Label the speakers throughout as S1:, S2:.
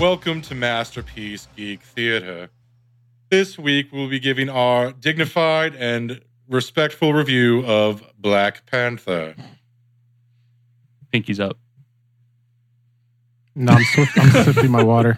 S1: Welcome to Masterpiece Geek Theater. This week we'll be giving our dignified and respectful review of Black Panther.
S2: Pinky's up.
S3: No, I'm, swif- I'm sipping my water.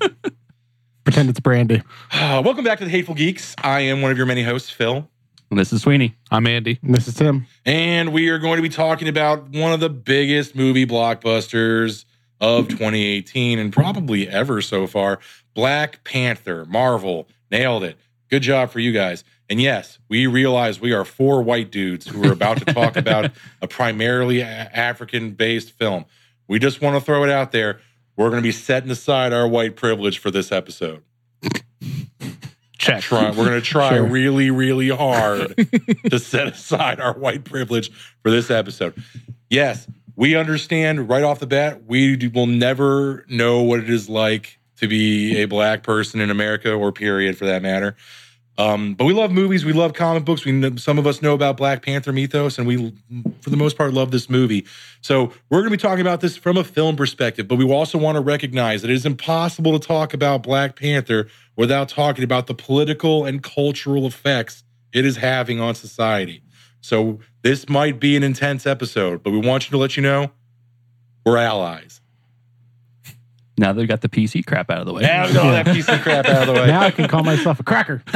S3: Pretend it's brandy.
S1: Ah, Welcome back to the Hateful Geeks. I am one of your many hosts, Phil.
S2: And this is Sweeney.
S4: I'm Andy.
S3: And this is Tim.
S1: And we are going to be talking about one of the biggest movie blockbusters of 2018 and probably ever so far Black Panther, Marvel. Nailed it. Good job for you guys. And yes, we realize we are four white dudes who are about to talk about a primarily African based film. We just want to throw it out there. We're going to be setting aside our white privilege for this episode.
S4: Check.
S1: Try, we're going to try
S3: Sure.
S1: really, really hard to set aside our white privilege for this episode. Yes, we understand right off the bat, we do- will never know what it is like to be a black person in America or period for that matter. Um, but we love movies. We love comic books. We know, some of us know about Black Panther mythos, and we, for the most part, love this movie. So we're going to be talking about this from a film perspective. But we also want to recognize that it is impossible to talk about Black Panther without talking about the political and cultural effects it is having on society. So this might be an intense episode, but we want you to let you know we're allies.
S2: Now they've got the PC crap out of the way.
S1: Now we got all that piece of crap out of the way.
S3: Now I can call myself a cracker.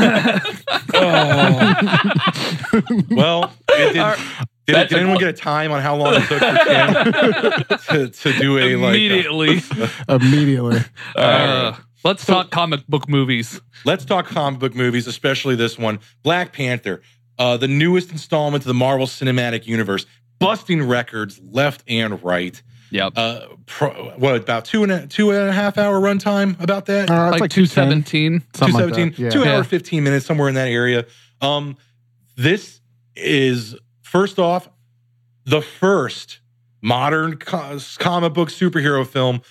S1: Well, it did,
S2: Our-
S1: did,
S2: that's
S1: did
S2: a-
S1: anyone get a time on how long it took for Tim to, to do a like? uh,
S4: Immediately.
S3: Immediately.
S1: all right.
S4: Uh, let's talk comic book movies.
S1: Let's talk comic book movies, especially this one, Black Panther, uh, the newest installment of the Marvel Cinematic Universe, busting records left and right.
S2: Yep.
S1: Uh, pro, what about two and a, two and a half hour runtime? About that.
S3: Uh, it's
S4: Like,
S3: 210,
S4: two seventeen.
S3: something like that.
S1: 217
S3: Yeah.
S1: two hour
S4: Yeah.
S1: 15 minutes somewhere in that area um this is first off the first modern co- comic book superhero film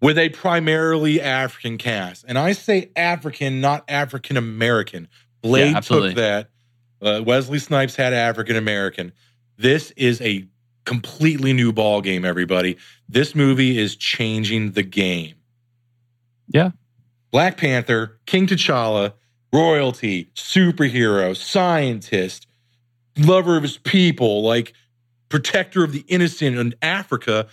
S1: with a primarily african cast and i say african not african american blade
S2: Yeah, absolutely.
S1: took that uh, wesley snipes had african american this is a completely new ball game everybody this movie is changing the game
S2: Yeah.
S1: Black Panther, King T'Challa, royalty, superhero, scientist, lover of his people, like protector of the innocent in Africa,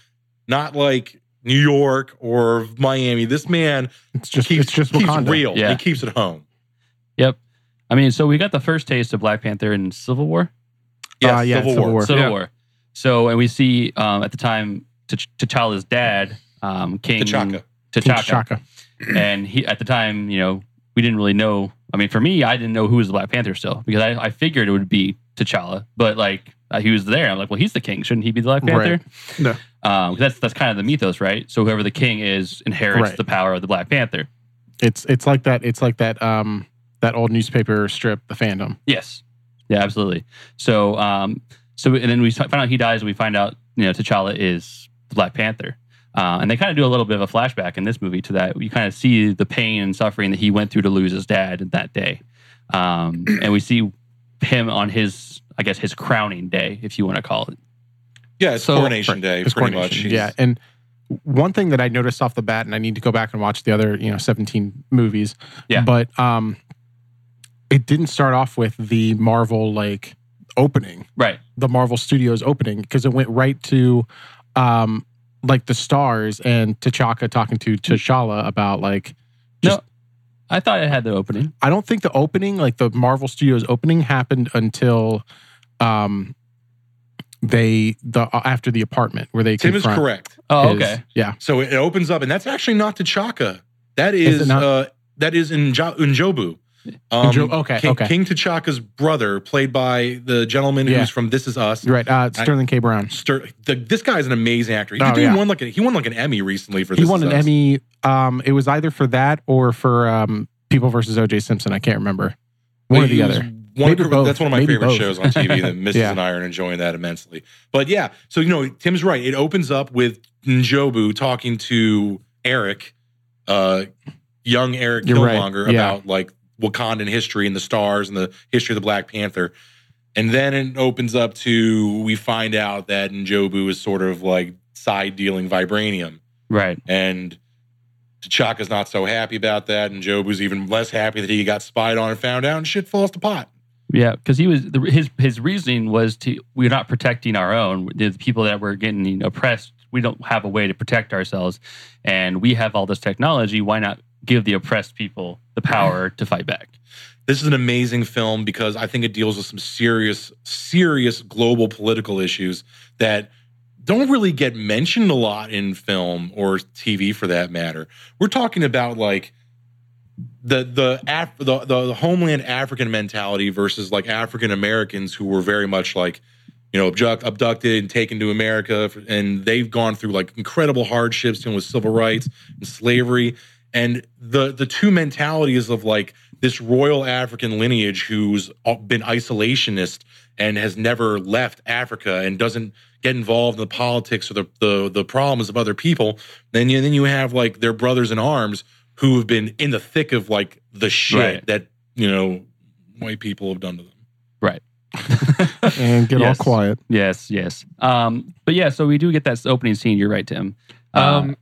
S1: not like New York or Miami. This man
S3: It's just,
S1: keeps,
S3: it's just
S1: keeps
S3: Wakanda. Uh,
S1: real.
S2: Yeah.
S1: He keeps it home.
S2: yep. I mean, so we got the first taste of Black Panther in Civil War.
S3: Uh, yeah, Civil War.
S2: Civil
S4: Yeah.
S2: War. So, and we see um, at the time T'Ch- T'Challa's dad, um, King
S1: T'Chaka.
S3: King
S2: T'Chaka.
S3: T'Chaka.
S2: and he at the time, you know, we didn't really know. I mean, for me, I didn't know who was the Black Panther still because I, I figured it would be T'Challa, but like uh, he was there. I'm like, well, he's the king, shouldn't he be the Black Panther?
S3: Right. No.
S2: Um, 'cause that's that's kind of the mythos, right? So whoever the king is inherits
S3: Right.
S2: the power of the Black Panther.
S3: It's it's like that. It's like that. Um, that old newspaper strip, the fandom.
S2: Yes. Yeah, absolutely. So, um, so and then we find out he dies, and we find out you know T'Challa is the Black Panther, uh, and they kind of do a little bit of a flashback in this movie to that. You kind of see the pain and suffering that he went through to lose his dad that day, um, and we see him on his, I guess, his crowning day, if you want to call it.
S1: Yeah, it's
S4: So-
S1: Coronation Day,
S3: His
S1: pretty much.
S3: coronation.
S1: He's-
S3: Yeah, and one thing that I noticed off the bat, and I need to go back and watch the other, you know, seventeen movies.
S2: Yeah.
S3: but um, it didn't start off with the Marvel like opening.
S2: Right.
S3: the Marvel Studios opening because it went right to um like the stars and T'Chaka talking to T'Challa about like Just-
S2: no, I thought it had the opening.
S3: I don't think the opening like the Marvel Studios opening happened until um they the uh, after the apartment where they
S1: Tim is
S3: confront
S1: correct.
S2: Oh,
S3: his-
S2: okay.
S3: yeah
S1: So it opens up, and that's actually not T'Chaka. That
S3: Is
S1: is,
S3: it not?
S1: uh, that is Njo- Njobu. Um,
S3: Njo- okay,
S1: King,
S3: okay.
S1: King T'Chaka's brother, played by the gentleman
S3: Yeah.
S1: who's from This Is Us.
S3: you're right uh
S1: I-
S3: Sterling K Brown
S1: Stir, the, this guy is an amazing actor. He,
S3: Oh,
S1: did- he
S3: yeah.
S1: won like a, he won like an Emmy recently for
S3: he
S1: this.
S3: won an
S1: Is Us.
S3: Emmy um it was either for that or for um People versus OJ Simpson I can't remember one or
S1: He
S3: the
S1: was
S3: other
S1: One,
S3: Maybe both.
S1: That's one of my
S3: Maybe
S1: favorite
S3: both.
S1: shows on TV. That Mrs.
S3: Yeah.
S1: and I are enjoying that immensely. But yeah, so you know, Tim's right. It opens up with Njobu talking to Eric, uh, young Eric
S3: You're right.
S1: Killmonger,
S3: Yeah.
S1: about like Wakandan history and the stars and the history of the Black Panther. And then it opens up to we find out that Njobu is sort of like side dealing vibranium
S2: Right.
S1: and T'Chaka's not so happy about that, and Job was even less happy that he got spied on and found out, and shit falls to pot.
S2: Yeah, because he was the, his his reasoning was to we're not protecting our own the people that were getting oppressed. We don't have a way to protect ourselves, and we have all this technology. Why not give the oppressed people the power to fight back?
S1: This is an amazing film because I think it deals with some serious, serious global political issues that don't really get mentioned a lot in film or TV for that matter. We're talking about like the the Af- the, the, the homeland African mentality versus like African Americans who were very much like you know abduct, abducted and taken to America for- and they've gone through like incredible hardships dealing with civil rights and slavery and the the two mentalities of like this royal African lineage who's all- been isolationist and has never left Africa and doesn't get involved in the politics or the the, the problems of other people. Then you, then you have like their brothers in arms who have been in the thick of like the shit
S2: Right.
S1: that you know white people have done to them.
S3: and get
S2: Yes.
S3: all quiet.
S2: Yes, yes. Um, but yeah, so we do get that opening scene. You're right, Tim.
S1: Uh,
S2: Uh,
S4: Um,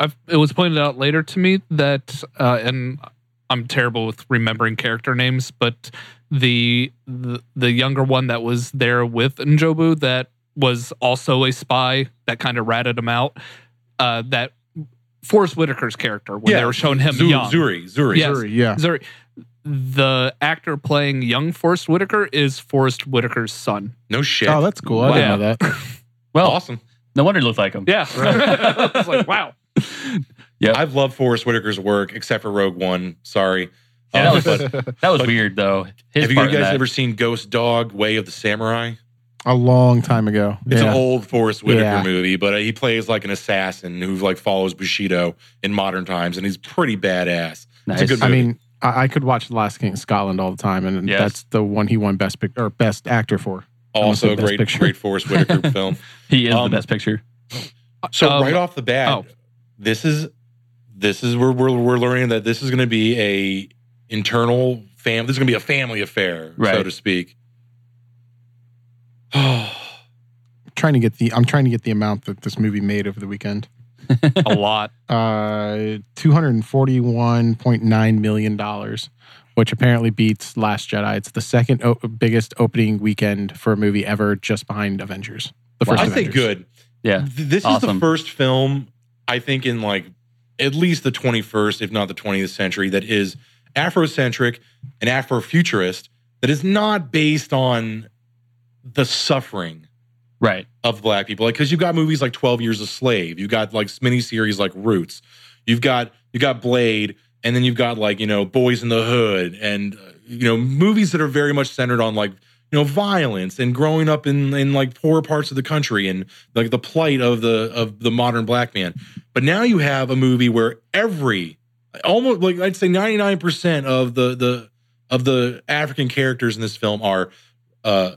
S4: I've, it was pointed out later to me that, uh, and I'm terrible with remembering character names, but the, the the younger one that was there with Njobu that was also a spy that kind of ratted him out. Uh, that Forrest Whitaker's character when they
S1: Yeah,
S4: were showing him
S1: Zu-
S4: young.
S1: Zuri, Zuri.
S4: Yes.
S3: Sure, yeah.
S4: Zuri. The actor playing young Forrest Whitaker is Forrest Whitaker's son.
S1: No shit.
S3: Oh, that's cool. I didn't
S4: Wow.
S3: know that.
S2: well,
S1: awesome.
S2: no wonder he looked like him.
S4: Yeah. I was like, wow.
S1: I've loved Forrest Whitaker's work except for Rogue One. Sorry.
S2: Yeah,
S1: Uh,
S2: that was-
S1: but
S2: That was weird, though. His
S1: have you
S2: part in
S1: guys
S2: that-
S1: ever seen Ghost Dog: Way of the Samurai?
S3: A long time ago.
S1: It's
S3: yeah.
S1: an old Forrest Whitaker
S3: Yeah.
S1: movie, but uh, he plays like an assassin who like follows Bushido in modern times, and he's pretty badass.
S2: Nice.
S1: good
S3: I
S1: movie.
S3: mean, I, I could watch The Last King of Scotland all the time, and
S2: Yes.
S3: that's the one he won best pic- or best actor for. Almost
S1: Also a
S3: the best
S1: great,
S3: picture.
S1: great Forrest Whitaker film.
S2: he is
S1: um,
S2: the best picture.
S1: So
S4: Um,
S1: right off the bat,
S4: oh.
S1: this is this is where we're, we're learning that this is going to be a internal family. This is going to be a family affair, so
S2: Right.
S1: to speak. Oh. a
S3: trying to get the I'm trying to get the amount that this movie made over the weekend.
S4: A lot.
S3: Uh, two hundred forty one point nine million dollars, which apparently beats Last Jedi. It's the second o- biggest opening weekend for a movie ever, just behind Avengers. The
S2: Wow.
S3: first
S1: I
S3: Avengers.
S1: think good.
S2: Yeah.
S1: Th- This is the
S2: Awesome.
S1: first film I think in like at least the 21st, if not the 20th century, that is Afrocentric and Afrofuturist that is not based on the suffering
S2: Right.
S1: of black people. Like, because you've got movies like 12 Years a Slave, you've got like mini series like Roots, you've got you got Blade, and then you've got like you know Boys in the Hood, and uh, you know movies that are very much centered on like you know violence and growing up in in like poor parts of the country and like the plight of the of the modern black man. But now you have a movie where every almost like I'd say 99% of the the of the African characters in this film are uh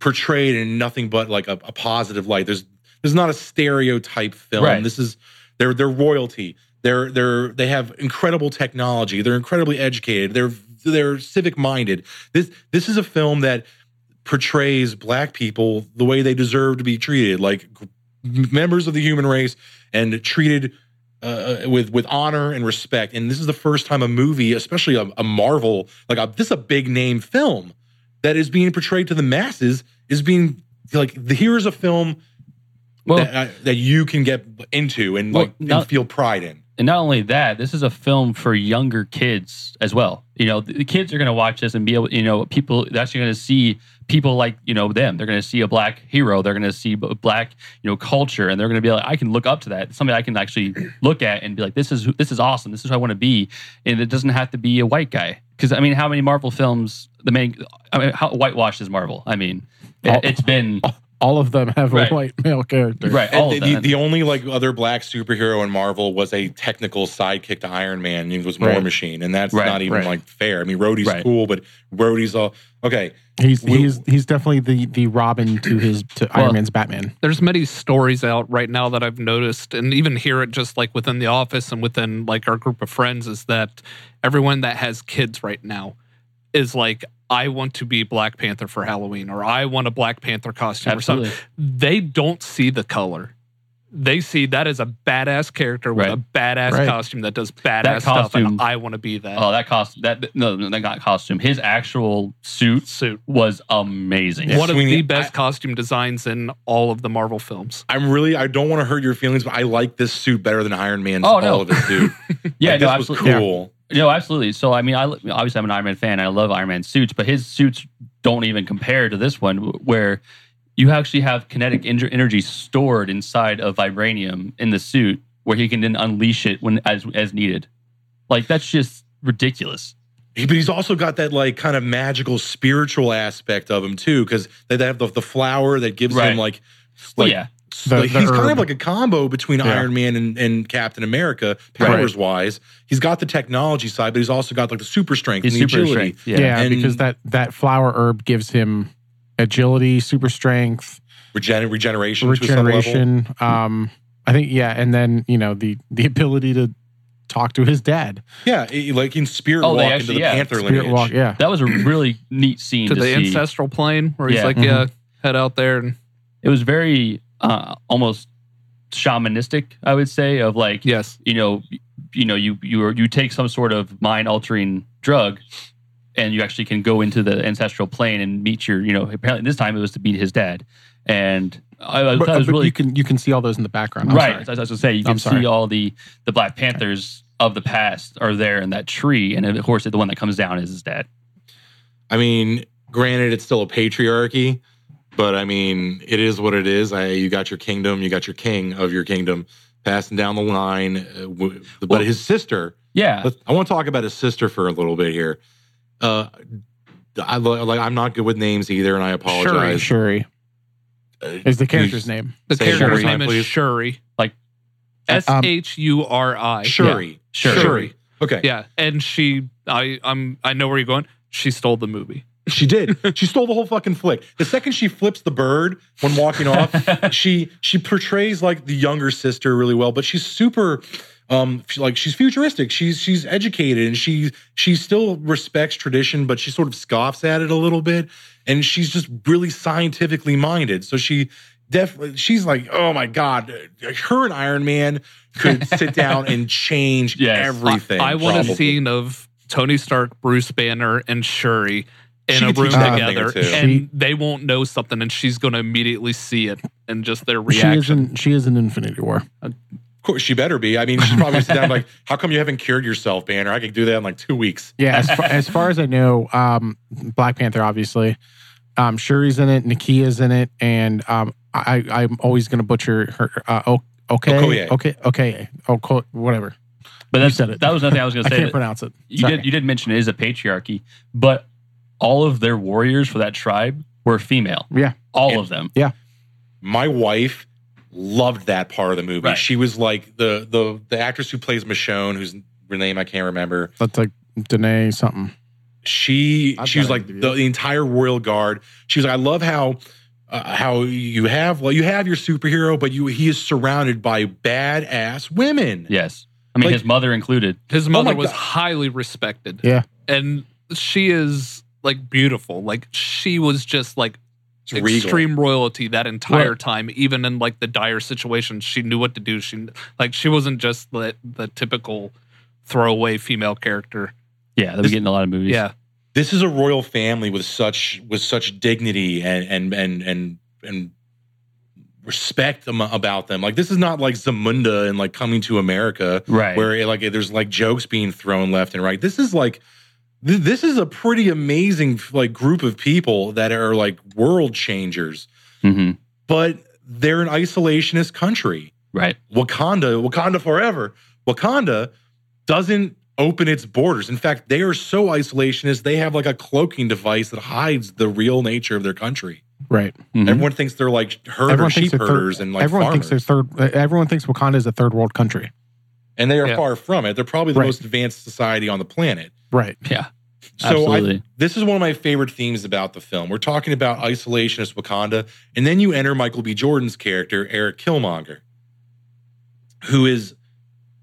S1: portrayed in nothing but like a, a positive light. There's there's not a stereotype film.
S2: Right.
S1: This is they're they're royalty. They're they're they have incredible technology. They're incredibly educated. They're they're civic minded. This this is a film that portrays black people the way they deserve to be treated, like g- members of the human race, and treated uh, with with honor and respect. And this is the first time a movie, especially a, a Marvel, like a, this is a big name film that is being portrayed to the masses is being like the, here's a film
S2: Well,
S1: that, I, that you can get into and
S2: Well,
S1: like and
S2: not-
S1: feel pride in.
S2: and not only that, this is a film for younger kids as well. You know, the the kids are going to watch this and be able, you know, people they're actually going to see people like you know them. They're going to see a black hero. They're going to see b- black you know culture, and they're going to be like, I can look up to that. It's something I can actually look at and be like, this is who- this is awesome. This is who I want to be, and it doesn't have to be a white guy. Because I mean, how many Marvel films? The main, I mean, how whitewashed is Marvel? I mean,
S3: Oh.
S2: it, has been
S3: All of them have
S2: Right.
S3: a white male character.
S2: right.
S1: And
S2: All
S1: the,
S2: of
S1: the,
S2: that.
S1: the only like other black superhero in Marvel was a technical sidekick to Iron Man. He was War
S3: Right.
S1: Machine, and that's
S2: Right,
S1: not even
S3: right.
S1: like fair. I mean, Rhodey's
S2: Right.
S1: cool, but Rhodey's all okay.
S3: He's
S1: We-
S3: he's he's definitely the the Robin to his to
S2: Well-
S3: Iron Man's Batman.
S4: there's many stories out right now that I've noticed, and even here at just like within the office and within like our group of friends, is that everyone that has kids right now is like, I want to be Black Panther for Halloween, or I want a Black Panther costume, or something.
S2: Absolutely.
S4: They don't see the color. they see that as a badass character with
S2: Right.
S4: a badass
S3: Right.
S4: costume that does badass stuff,
S2: costume-
S4: and I want to be that
S2: Oh, that cost that no, that got costume. His actual suit
S4: suit.
S2: was amazing.
S4: One of
S1: Sweeney,
S4: the best
S1: I-
S4: costume designs in all of the Marvel films.
S1: I'm really I don't want to hurt your feelings, but I like this suit better than Iron Man's
S2: Oh,
S1: all
S2: no.
S1: of his suit.
S2: Yeah,
S1: Like,
S2: no,
S1: this was
S2: absolutely.
S1: cool.
S2: No, absolutely. So I mean, I li- obviously I'm an Iron Man fan. And I love Iron Man suits, but his suits don't even compare to this one, w- where you actually have kinetic en- energy stored inside of vibranium in the suit, where he can then unleash it when as as needed. Like that's just ridiculous.
S1: He- But he's also got that like kind of magical spiritual aspect of him too, because they, they have the, the flower that gives
S2: Right.
S1: him like,
S2: Well,
S1: like
S2: yeah,
S1: s-
S3: The-
S1: like,
S3: the
S1: he's kind
S3: herb.
S1: of like a combo between
S3: Yeah.
S1: Iron Man and, and Captain America, powers wise. He's got the technology side, but he's also got like the super strength
S2: his
S1: and the
S2: super
S1: agility.
S2: strength.
S3: Yeah,
S2: Yeah,
S1: And-
S3: because that that flower herb gives him agility, super strength,
S1: Regen- regeneration, to some level.
S3: regeneration. Um, I think yeah, and then you know the the ability to talk to his dad.
S1: Yeah, it- like in spirit
S2: Oh, they
S1: walk into
S2: actually-
S1: the
S2: yeah,
S1: panther
S3: Spirit
S1: lineage.
S3: walk, yeah.
S2: that was a really neat scene
S4: To
S2: to,
S4: the
S2: see.
S4: ancestral plane where he's
S2: Yeah. Mm-hmm.
S4: like,
S3: Mhm.
S4: yeah, head out there and
S2: It was very uh, almost shamanistic, I would say, of like
S4: yes.
S2: you know, you know, you you are, you take some sort of mind altering drug, and you actually can go into the ancestral plane and meet your, you know, apparently this time it was to meet his dad, and I, I
S3: But,
S2: thought it was
S3: but
S2: really
S3: you can you can see all those in the background. I'm
S2: right. As
S3: sorry.
S2: I was gonna say, you
S3: I'm
S2: can
S3: sorry.
S2: see all the the Black Panthers of the past are there in that tree, and of course the one that comes down is his dad.
S1: I mean, granted, it's still a patriarchy, but I mean, it is what it is. I, you got your kingdom, you got your king of your kingdom passing down the line. Uh, w- but
S2: Well-
S1: his sister,
S2: Yeah,
S1: let's- I want to talk about his sister for a little bit here. Uh, I lo- like I'm not good with names either, and I
S3: Shuri.
S1: apologize.
S3: Shuri
S1: Uh,
S3: is the character's name.
S4: The
S1: Say it one
S4: character's
S1: more time,
S4: name
S1: please.
S4: is Shuri.
S2: Like-
S4: S
S3: Um,
S4: H U R I.
S1: Shuri.
S2: sure.
S1: Shuri. Okay.
S4: Yeah, and she, I, I'm, I know where you're going. She stole the movie.
S1: She did. She stole the whole fucking flick. The second she flips the bird when walking off, she she portrays like the younger sister really well, but she's super um f- like she's futuristic. She's she's educated and she she still respects tradition, but she sort of scoffs at it a little bit and she's just really scientifically minded. So she definitely she's like, "Oh my god, her and Iron Man could sit down and change
S2: Yes.
S1: everything."
S4: I, I want
S1: probably.
S4: a scene of Tony Stark, Bruce Banner, and Shuri in
S1: She
S4: a
S1: could
S4: room
S1: teach that thing
S4: together,
S1: or two.
S4: and they won't know something, and she's going to immediately see it and just their
S3: She is
S4: reaction.
S3: in she is in Infinity War.
S1: Of course, she better be. I mean, she's probably sit down like, how come you haven't cured yourself, Banner? I could do that in like two weeks.
S3: Yeah, as far, as far as I know, um, Black Panther obviously. Um, Shuri's in it, Nakia's in it, and um, I, I'm always going to butcher her. Uh, O- okay,
S1: Okoye.
S3: okay, okay, okay, whatever.
S2: but that's,
S3: said it.
S2: that was nothing I was
S3: I
S2: gonna say.
S3: can't
S2: that-
S3: pronounce it.
S2: you
S3: Sorry.
S2: did you did mention it is a patriarchy, but all of their warriors for that tribe were female.
S3: Yeah.
S2: all of them.
S1: My wife loved that part of the movie.
S2: Right.
S1: She was like the the the actress who plays Michonne, whose name I can't remember.
S3: That's like Danae something.
S1: She
S3: I've
S1: she was
S3: got
S1: like
S3: it.
S1: the, the entire royal guard. She was like, I love how. Uh, how you have well you have your superhero but you he is surrounded by badass women
S2: Yes. I mean,
S1: Like-
S2: his mother included.
S4: His mother
S1: Oh my
S4: was
S1: God.
S4: highly respected.
S3: Yeah.
S4: and she is like beautiful. Like she was just like
S1: It's regal.
S4: extreme royalty that entire time, even in like the dire situation. She knew what to do. She like she wasn't just the the typical throwaway female character.
S2: Yeah, that we get in a lot of movies.
S4: Yeah.
S1: this is a royal family with such with such dignity and and and and and respect am- about them. Like this is not like Zamunda and like coming to America
S2: Right.
S1: where like there's like jokes being thrown left and right. This is like th- this is a pretty amazing like group of people that are like world changers,
S2: hmm
S1: but they're an isolationist country.
S2: Right.
S1: Wakanda, Wakanda forever. Wakanda doesn't open its borders. In fact, they are so isolationist, they have like a cloaking device that hides the real nature of their country.
S3: Right.
S2: Mhm.
S1: Everyone thinks they're like herd or
S3: Mm-hmm. Everyone
S1: sheep
S3: thinks they're third-
S1: herders and like
S3: everyone
S1: farmers.
S3: thinks they're third. Everyone thinks Wakanda is a third world country.
S1: and they are
S4: Yeah.
S1: far from it. They're probably the
S3: Right.
S1: most advanced society on the planet.
S3: Right.
S2: yeah.
S1: So I,
S2: Absolutely.
S1: this is one of my favorite themes about the film. We're talking about isolationist Wakanda, and then you enter Michael B. Jordan's character, Eric Killmonger, who is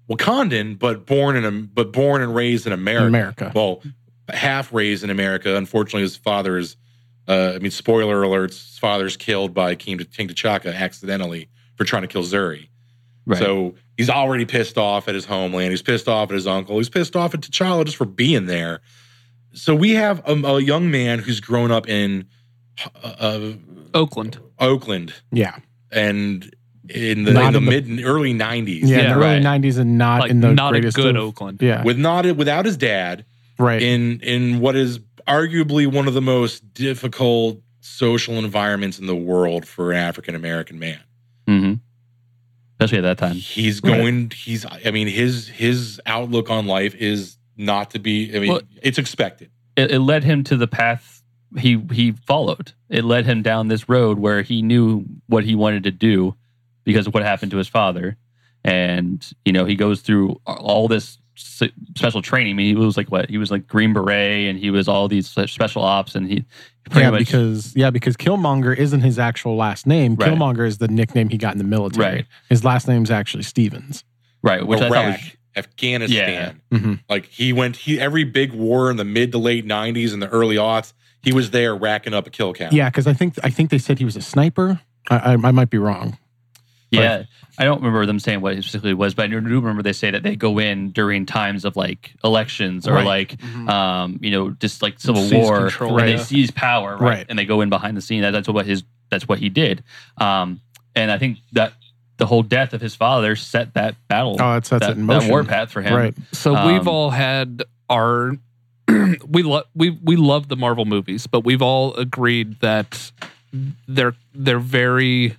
S1: Wakandan but born in a, but born and raised in
S3: In
S1: America.
S3: America.
S1: Well, half raised in America. Unfortunately, his father is. Uh, I mean, spoiler alerts. His father's killed by King, King T'Chaka accidentally for trying to kill Zuri.
S2: Right.
S1: So he's already pissed off at his homeland. He's pissed off at his uncle. He's pissed off at T'Challa just for being there. So we have a, a young man who's grown up in uh,
S4: Oakland.
S1: uh, Oakland
S3: Yeah.
S1: and in the,
S3: Not
S1: in the
S3: in the-
S1: mid early '90s.
S3: Yeah. in the
S2: right.
S3: early 90s and not
S4: Like
S3: in the
S4: not a
S3: greatest.
S4: good
S3: of-
S4: Oakland.
S3: Yeah.
S1: with not without his dad
S3: Right.
S1: in in what is arguably one of the most difficult social environments in the world for an African American man.
S2: hmm Especially at that time.
S1: He's
S3: Right.
S1: going. He's. I mean, his his outlook on life is not to be. I mean,
S2: Well-
S1: it's expected.
S2: It, it led him to the path he he followed. It led him down this road where he knew what he wanted to do because of what happened to his father. And you know, he goes through all this s- special training. I mean, he was like what? He was like Green Beret, and he was all these special ops, and he pretty
S3: yeah,
S2: much
S3: because yeah, because Killmonger isn't his actual last name.
S2: Right.
S3: Killmonger is the nickname he got in the military.
S2: Right.
S3: His last name's actually Stevens.
S2: right, which I thought
S1: Iraq,
S2: was
S1: Afghanistan.
S4: Mm-hmm.
S3: Mhm.
S1: Like he went. He every big war in the mid to late '90s and the early aughts. He was there racking up a kill count.
S3: Yeah, because I think I think they said he was a sniper. I, I, I might be wrong.
S2: Yeah, I don't remember them saying what it specifically was, but I do remember they say that they go in during times of like elections or
S3: Right.
S2: like,
S4: Mm-hmm.
S3: Oh,
S2: um, you know, just like civil
S4: Seize
S2: war,
S4: control,
S2: and they
S4: yeah.
S2: seize power, right?
S3: Right.
S2: And they go in behind the scene. That, that's what his that's what he did. Um, and I think that the whole death of his father set that battle,
S3: Oh, that's that's
S2: that,
S3: it in motion.
S2: that war path for him.
S3: Right.
S4: So
S2: Um,
S4: we've all had our we love we we love the Marvel movies, but we've all agreed that they're they're very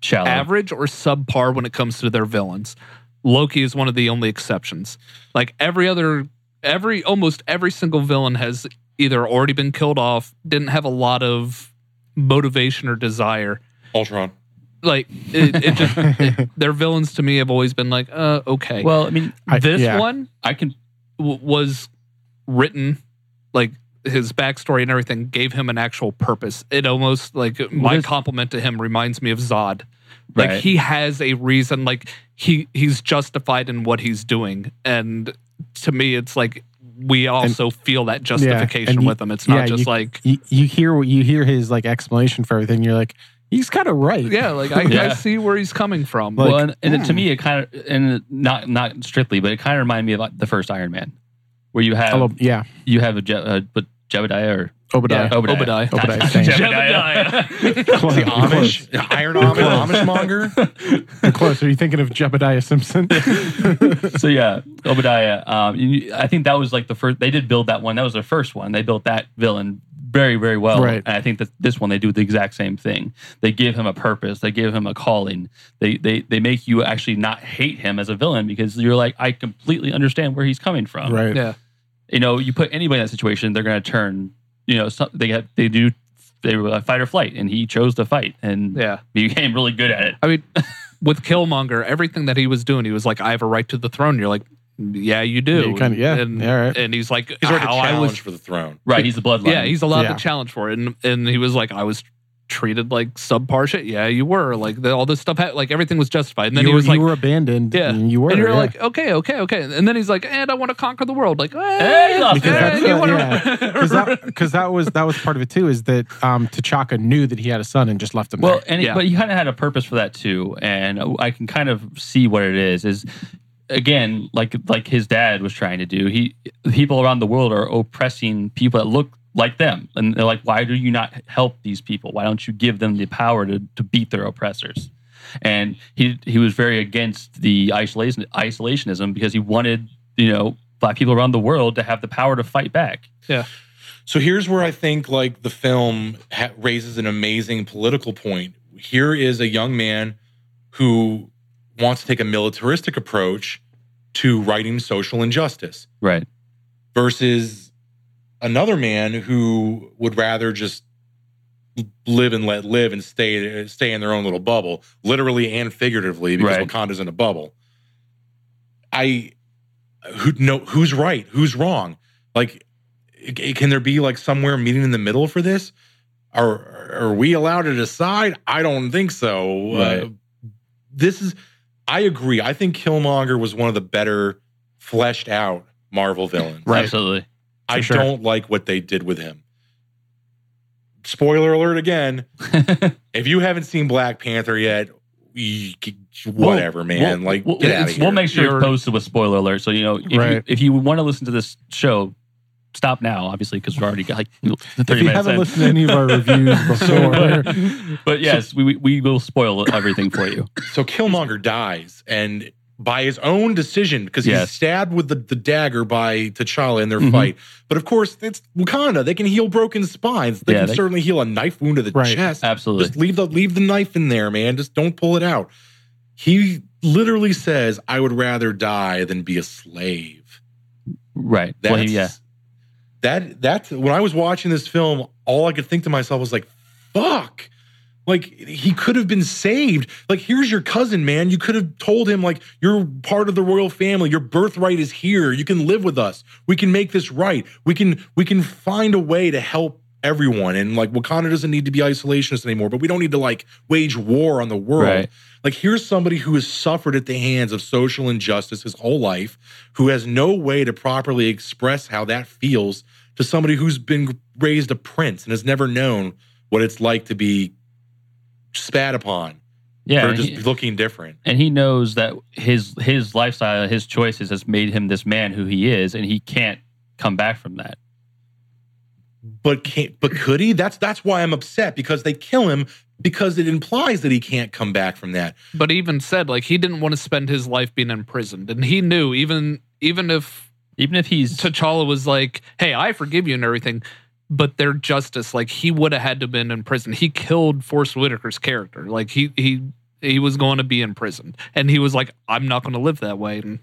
S2: Shallow.
S4: average or subpar when it comes to their villains. Loki is one of the only exceptions. Like every other every almost every single villain has either already been killed off, didn't have a lot of motivation or desire.
S1: Ultron.
S4: Like it, it just it- their villains to me have always been like, uh, okay.
S2: well, I mean,
S3: I-
S4: this
S3: yeah.
S4: one
S2: I can
S4: w- was written like his backstory and everything gave him an actual purpose. It almost like my
S2: this-
S4: compliment to him reminds me of Zod. Like
S2: Right.
S4: he has a reason. Like he he's justified in what he's doing, and to me, it's like we also feel that justification
S3: and you-
S4: with him. It's not
S3: yeah,
S4: just
S3: you-
S4: like
S3: You, you hear what you hear his like explanation for everything. You're like, he's kind of right.
S4: yeah, like I,
S2: Yeah.
S4: I see where he's coming from.
S3: Like,
S2: well, and, and it- to
S3: hmm.
S2: me, it kind of and not not strictly, but it kind of reminded me of like, the first Iron Man, where you have
S3: I love- yeah.
S2: you have a Je- uh, but Jebediah or
S3: Obadiah.
S2: Obadiah.
S4: Obadiah.
S3: Obadiah
S2: Not-
S3: Stane.
S2: Jebediah.
S3: Close.
S1: The
S3: Close.
S1: Amish, Iron Amish, Amish monger.
S3: Close. Are you thinking of Jebediah Simpson?
S2: so yeah, Obadiah. Um, you- I think that was like the first. They did build that one. That was their first one. They built that villain very, very well.
S3: Right.
S2: And I think that this one they do the exact same thing. They give him a purpose. They give him a calling. They they they make you actually not hate him as a villain because you're like I completely understand where he's coming from.
S3: right.
S4: yeah,
S2: you know, you put anybody in that situation, they're going to turn. You know, some, they have, they do they were like, fight or flight, and he chose to fight, and
S4: yeah.
S2: he became really good at it.
S4: I mean, with Killmonger, everything that he was doing, he was like, "I have a right to the throne." You're like, "Yeah, you do."
S3: You kinda- yeah,
S4: And,
S3: yeah, all right.
S4: and he's like,
S1: He's already
S4: "How I
S1: challenged
S4: was,
S1: for the throne.
S2: Right, he's the bloodline.
S4: yeah, he's allowed
S3: Yeah.
S4: to challenge for it." And and he was like, "I was treated like subpar shit." Yeah, you were. Like the, all this stuff, had, like everything was justified. And then
S3: you,
S4: he
S3: were,
S4: was
S3: you
S4: like,
S3: were abandoned.
S4: Yeah.
S3: And you were.
S4: and you're
S3: yeah.
S4: like, "Okay, okay, okay." And then he's like, "And I want to conquer the world." Like,
S2: Hey,
S4: eh,
S2: you lost
S4: eh,
S3: Because that's
S4: you
S3: the-
S4: wanna-
S3: yeah. because that, 'cause that was that was part of it too. Is that um, T'Chaka knew that he had a son and just left him.
S2: Well,
S3: there.
S2: and
S4: Yeah.
S2: but he kind of had a purpose for that too, and I can kind of see what it is. Is again, like like his dad was trying to do. He people around the world are oppressing people that look like them, and they're like, why do you not help these people? Why don't you give them the power to to beat their oppressors? And he he was very against the isolation isolationism because he wanted you know black people around the world to have the power to fight back.
S1: So here's where I think like the film ha- raises an amazing political point. Here is a young man who wants to take a militaristic approach to righting social injustice
S2: Right.
S1: versus another man who would rather just live and let live and stay stay in their own little bubble, literally and figuratively, because
S2: Right.
S1: Wakanda's in a bubble. I who no who's right, who's wrong? Like, c- can there be like somewhere meeting in the middle for this? Are are we allowed to decide? I don't think so. Uh,
S2: Right.
S1: this is, I agree. I think Killmonger was one of the better fleshed out Marvel villains.
S3: Right.
S2: Absolutely.
S1: I
S3: sure.
S1: don't like what they did with him. Spoiler alert again. if you haven't seen Black Panther yet, y- whatever, man.
S2: We'll-
S1: like,
S2: we'll,
S1: get out
S2: it's-
S1: of
S2: we'll
S1: here.
S2: make sure
S4: You're-
S2: it's posted with spoiler alert. So you know, if you,
S3: Right.
S2: if you want to listen to this show, stop now, obviously, because we're already got like you know,
S3: If
S2: thirty
S3: you
S2: minutes.
S3: haven't
S2: in.
S3: listened to any of our reviews before,
S2: but, but yes, we, we we will spoil everything for you.
S1: So Killmonger dies, and by his own decision, because he's
S2: Yes.
S1: stabbed with the, the dagger by T'Challa in their
S2: Mhm.
S1: fight. But of course, it's Wakanda. They can heal broken spines. They
S2: Yeah,
S1: can
S2: they-
S1: certainly heal a knife wound to the
S3: Right.
S1: chest.
S2: Absolutely.
S1: Just leave the leave the knife in there, man. Just don't pull it out. He literally says, "I would rather die than be a slave."
S2: Right.
S1: That's
S2: well, yeah.
S1: That that's when I was watching this film, all I could think to myself was like, "Fuck." Like he could have been saved. Like here's your cousin, man. You could have told him like you're part of the royal family. Your birthright is here. You can live with us. We can make this right. We can we can find a way to help everyone. And like Wakanda doesn't need to be isolationist anymore, but we don't need to like wage war on the world.
S2: Right.
S1: Like here's somebody who has suffered at the hands of social injustice his whole life, who has no way to properly express how that feels to somebody who's been raised a prince and has never known what it's like to be spat upon
S2: Yeah.
S1: or
S2: and
S1: just
S2: he-
S1: looking different.
S2: and he knows that his his lifestyle, his choices, has made him this man who he is, and he can't come back from that.
S1: But can't but could he? That's that's why I'm upset because they kill him because it implies that he can't come back from that.
S4: but he even said like he didn't want to spend his life being imprisoned and he knew even even if
S2: Even if he's
S4: T'Challa was like hey I forgive you and everything but their justice like he would have had to been in prison he killed Forrest Whitaker's character like he he he was going to be in prison and he was like I'm not going to live that way and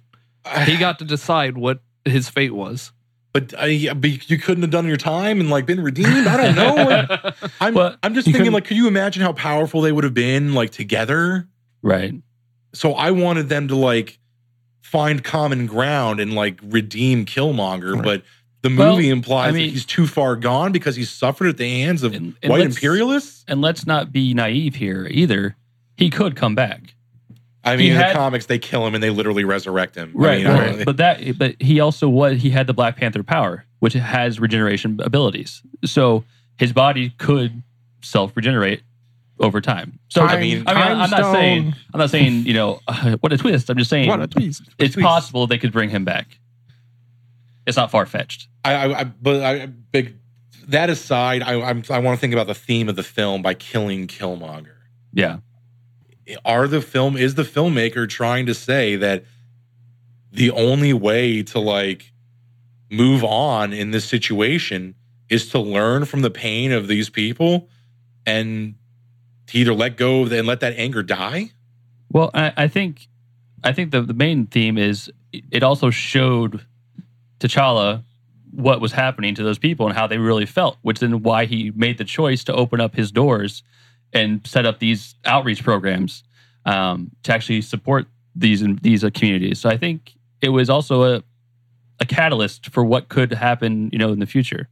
S4: he got to decide what his fate was
S1: But, I, yeah, but you couldn't have done your time and like been redeemed. I don't know. Like, I'm
S2: Well,
S1: I'm just
S3: you
S1: thinking
S3: couldn't-
S1: like, could you imagine how powerful they would have been like together?
S2: right.
S1: So I wanted them to like find common ground and like redeem Killmonger,
S3: Right.
S1: but the movie
S2: Well,
S1: implies
S2: I
S1: that
S2: mean-
S1: he's too far gone because he's suffered at the hands of
S2: And- and
S1: white
S2: let's-
S1: imperialists.
S2: And let's not be naive here either. He could come back.
S1: I
S2: he
S1: mean, in the
S2: had-
S1: comics, they kill him and they literally resurrect him. I
S2: right,
S1: mean, I
S2: right.
S1: don't-
S2: but that but he also was he had the black panther power which has regeneration abilities so his body could self-regenerate over time so
S1: I
S2: i
S1: mean-
S2: mean, I mean i'm
S3: Time
S2: not saying
S3: stone.
S2: i'm not saying you know what a twist i'm just saying
S3: what a twist.
S2: it's
S1: twist.
S2: possible they could bring him back it's not far-fetched
S1: I, I, I but I, big that aside, I, I'm, I want to think about the theme of the film by killing Killmonger.
S2: yeah
S1: are the film is the filmmaker trying to say that the only way to like move on in this situation is to learn from the pain of these people and to either let go of and let that anger die
S2: Well, I, I think I think the, the main theme is it also showed T'Challa what was happening to those people and how they really felt, which then why he made the choice to open up his doors and set up these outreach programs um, to actually support these these uh, communities. So I think it was also a a catalyst for what could happen, you know, in the future.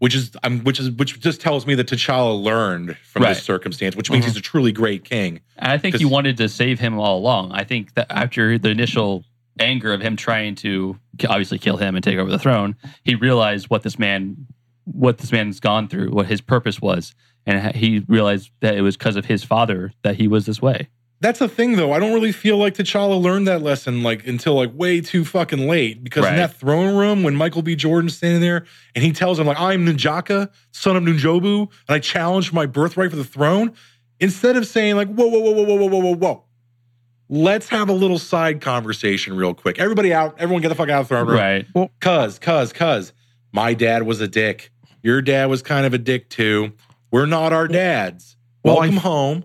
S1: which is um, which is which just tells me that T'Challa learned from
S2: Right.
S1: this circumstance which means
S3: Mhm.
S1: he's a truly great king
S2: And I think he
S1: Just-
S2: wanted to save him all along. I think that after the initial anger of him trying to ki- obviously kill him and take over the throne, he realized what this man, what this man's gone through, what his purpose was, and ha- he realized that it was because of his father that he was this way.
S1: that's the thing though I don't really feel like T'Challa learned that lesson like until like way too fucking late because in
S2: Right.
S1: that throne room when Michael B. Jordan's standing there and he tells him like I'm Ninjaka son of Nunjobu and I challenge my birthright for the throne instead of saying like whoa whoa whoa whoa whoa whoa whoa whoa whoa let's have a little side conversation real quick everybody out everyone get the fuck out of the throne room
S2: Right.
S1: cuz cuz cuz my dad was a dick your dad was kind of a dick too we're not our dads
S3: Well, I-
S1: welcome home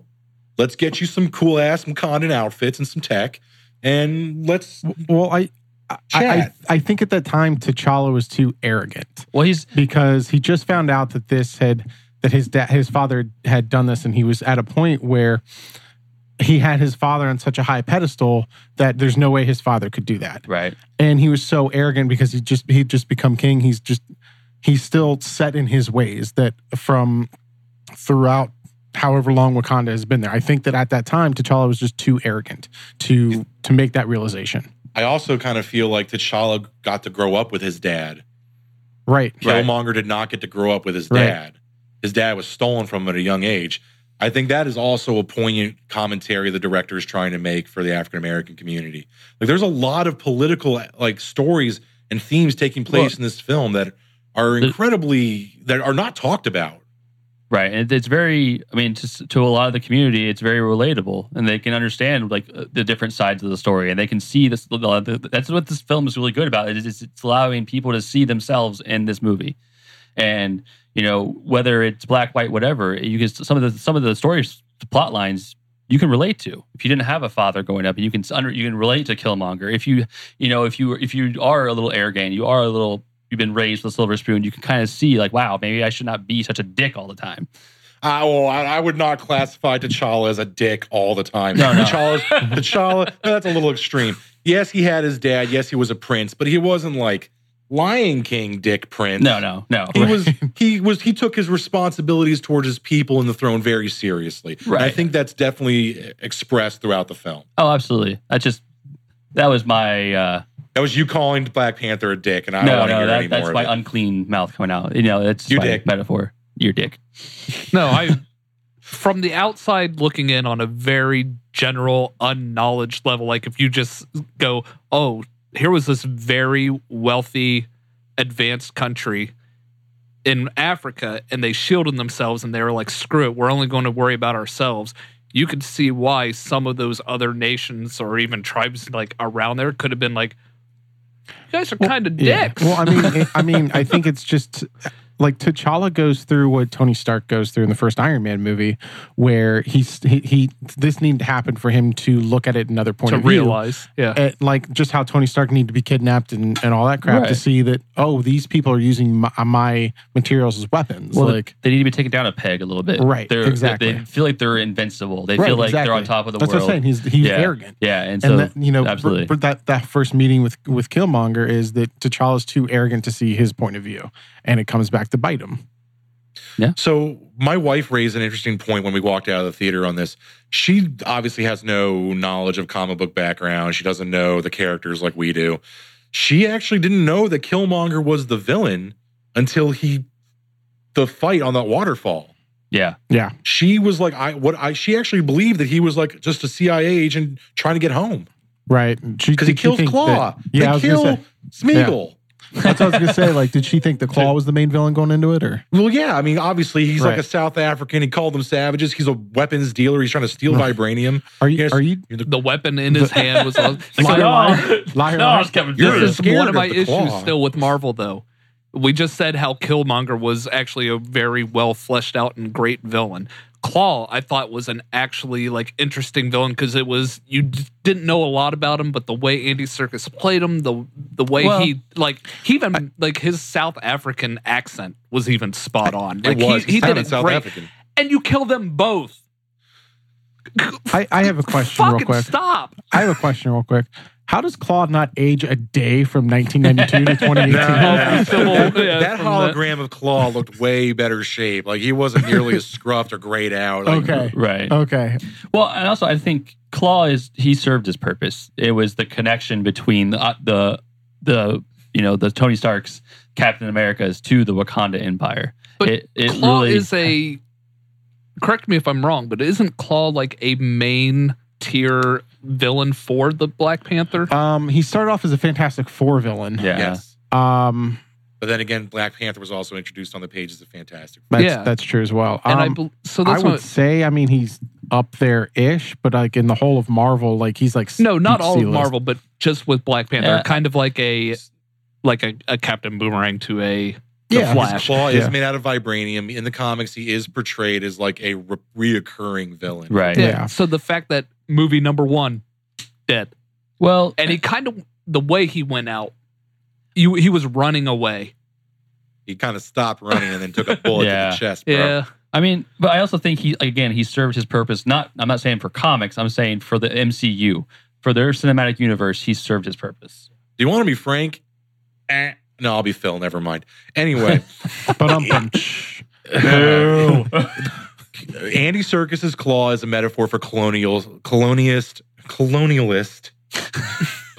S1: let's get you some cool ass Wakandan outfits and some tech and let's
S3: Well, I, I, I,
S1: Chat.
S3: I think at that time T'Challa was too arrogant
S2: Well, he's
S3: because he just found out that this had that his dad his father had done this, and he was at a point where he had his father on such a high pedestal that there's no way his father could do that.
S2: right.
S3: and he was so arrogant because he just he'd just become king. He's just he's still set in his ways that from throughout however long Wakanda has been there. I think that at that time T'Challa was just too arrogant to to make that realization.
S1: I also kind of feel like T'Challa got to grow up with his dad.
S3: Right.
S2: Right.
S1: Killmonger did not get to grow up with his
S3: Right.
S1: dad. His dad was stolen from him at a young age. I think that is also a poignant commentary the director is trying to make for the African American community. Like there's a lot of political like stories and themes taking place
S2: Well-
S1: in this film that are
S2: The-
S1: incredibly that are not talked about.
S2: Right. And it's very, I mean, to, to a lot of the community, it's very relatable and they can understand like uh, the different sides of the story and they can see this. That's what this film is really good about. It is it's allowing people to see themselves in this movie. And, you know, whether it's black, white, whatever, you can, some of the, some of the stories, the plot lines, you can relate to. If you didn't have a father growing up, you can under, you can relate to Killmonger. If you, you know, if you if you are a little arrogant, you are a little, you've been raised with a silver spoon. You can kind of see like, wow, maybe I should not be such a dick all the time.
S1: I, well, I, I would not classify T'Challa as a dick all the time.
S2: No, no.
S1: T'Challa's, T'Challa, no, that's a little extreme. Yes, he had his dad. Yes, he was a prince, but he wasn't like Lion King dick prince.
S2: No, no, no.
S1: He was he was he took his responsibilities towards his people and the throne very seriously. And I
S2: Right.
S1: think that's definitely expressed throughout the film.
S2: oh, absolutely. That's just that was my uh,
S1: That was you calling Black Panther a dick, and I don't
S2: no,
S1: want to
S2: no.
S1: hear
S2: That,
S1: any
S2: that's
S1: more of
S2: my
S1: it.
S2: unclean mouth coming out. You know, that's
S1: You
S2: my
S1: dick.
S2: metaphor. Your dick.
S4: No, I from the outside looking in on a very general unknowledge level, like if you just go, Oh, here was this very wealthy, advanced country in Africa, and they shielded themselves and they were like, Screw it, we're only going to worry about ourselves. You could see why some of those other nations or even tribes like around there could have been like, You guys are kind of
S3: Yeah.
S4: dicks.
S3: Well, I mean, it, I mean, I think it's just like T'Challa goes through what Tony Stark goes through in the first Iron Man movie, where he's he, he this needed to happen for him to look at it another point
S4: to
S3: of view.
S4: realize. Yeah.
S3: At, like just how Tony Stark needed to be kidnapped and, and all that crap to
S2: Right.
S3: see that oh these people are using my, my materials as weapons
S2: Well,
S3: like
S2: They need to be taken down a peg a little bit.
S3: Right,
S2: They're,
S3: exactly.
S2: They feel like they're invincible. They
S3: Right,
S2: feel like they're on
S3: exactly.
S2: top of the
S3: that's
S2: world.
S3: what I'm saying he's he's
S2: Yeah.
S3: arrogant
S2: Yeah, and so
S3: and that, you know
S2: absolutely.
S3: but that that first meeting with with Killmonger is that T'Challa's too arrogant to see his point of view and it comes back to bite him
S1: So my wife raised an interesting point when we walked out of the theater on this. She obviously has no knowledge of comic book background. She doesn't know the characters like we do. She actually didn't know that Killmonger was the villain until he the fight on that waterfall.
S2: yeah,
S1: She was like, I what I she actually believed that he was like just a CIA agent trying to get home.
S3: Right.
S1: Because he kills Claw.
S3: yeah, I
S1: they
S3: was
S1: kill
S3: gonna
S1: Smeagol.
S3: That's what I was going to say. Like, did she think the Claw was the main villain going into it? Or
S1: Well, yeah, I mean, obviously he's like
S3: Right.
S1: a South African. He called them savages. He's a weapons dealer. He's trying to steal vibranium.
S3: are you,
S1: Yes.
S3: are you
S4: the weapon in his hand was all
S2: It's like, oh,
S3: Liar, liar. liar,
S2: no,
S3: liar.
S2: it's Kevin
S1: You're
S2: Durant.
S1: just-
S4: This is one
S1: scared
S4: of my
S1: of the
S4: issues
S1: claw.
S4: still with Marvel, though. We just said how Killmonger was actually a very well fleshed out and great villain. Claw, I thought, was an actually like interesting villain because it was you d- didn't know a lot about him, but the way Andy Circus played him, the the way
S2: Well-
S4: he like he even like his South African accent was even spot on. Like
S1: it was.
S4: he, he did
S1: sounded
S4: it
S1: South
S4: great,
S1: African.
S4: and you kill them both.
S3: I, I have a question real
S4: Fucking
S3: quick.
S4: stop!
S3: I have a question real quick. How does Claw not age a day from 1992 to
S1: No,
S3: 2018?
S1: no.
S4: Civil-
S1: that,
S4: yeah,
S1: that
S4: from the-
S1: hologram of Claw looked way better shape. Like he wasn't nearly as scruffed or grayed out. Like,
S3: okay.
S2: right.
S3: Okay.
S2: Well, and also I think Claw is he served his purpose. It was the connection between the uh, the, the you know the Tony Stark's Captain America's to the Wakanda Empire.
S4: But
S2: it, it
S4: Claw
S2: really
S4: is a. Correct me if I'm wrong, but isn't Claw like a main tier villain for the Black Panther?
S3: Um, he started off as a Fantastic Four villain.
S2: yeah.
S1: Yes.
S3: Um,
S1: But then again, Black Panther was also introduced on the pages of Fantastic. Four.
S3: that's,
S4: Yeah.
S3: that's true as well.
S4: and I
S3: Um,
S4: bel so
S3: I
S4: that's
S3: would
S4: what.
S3: say, I mean, he's up there ish, but like in the whole of Marvel, like he's like
S4: No, not all of
S3: C-list.
S4: Marvel, but just with Black Panther,
S2: Yeah.
S4: kind of like a like a, a Captain Boomerang to a the
S3: Yeah.
S1: His
S4: Flash.
S1: claw
S3: Yeah.
S1: is made out of vibranium. In the comics, he is portrayed as like a re- reoccurring villain.
S2: Right.
S4: Yeah.
S3: Yeah.
S4: So the fact that movie number one, dead,
S2: Well,
S4: and he kind of the way he went out, you he was running away.
S1: He kind of stopped running and then took a bullet
S2: Yeah.
S1: to the chest. Bro.
S4: Yeah.
S2: I mean, but I also think he again he served his purpose. Not I'm not saying for comics. I'm saying for the MCU for their cinematic universe. He served his purpose.
S1: Do you want to be Frank? Eh. No, I'll be Phil. Never mind. Anyway,
S3: But um,
S1: No. Andy Circus's claw is a metaphor for colonial, colonialist, colonialist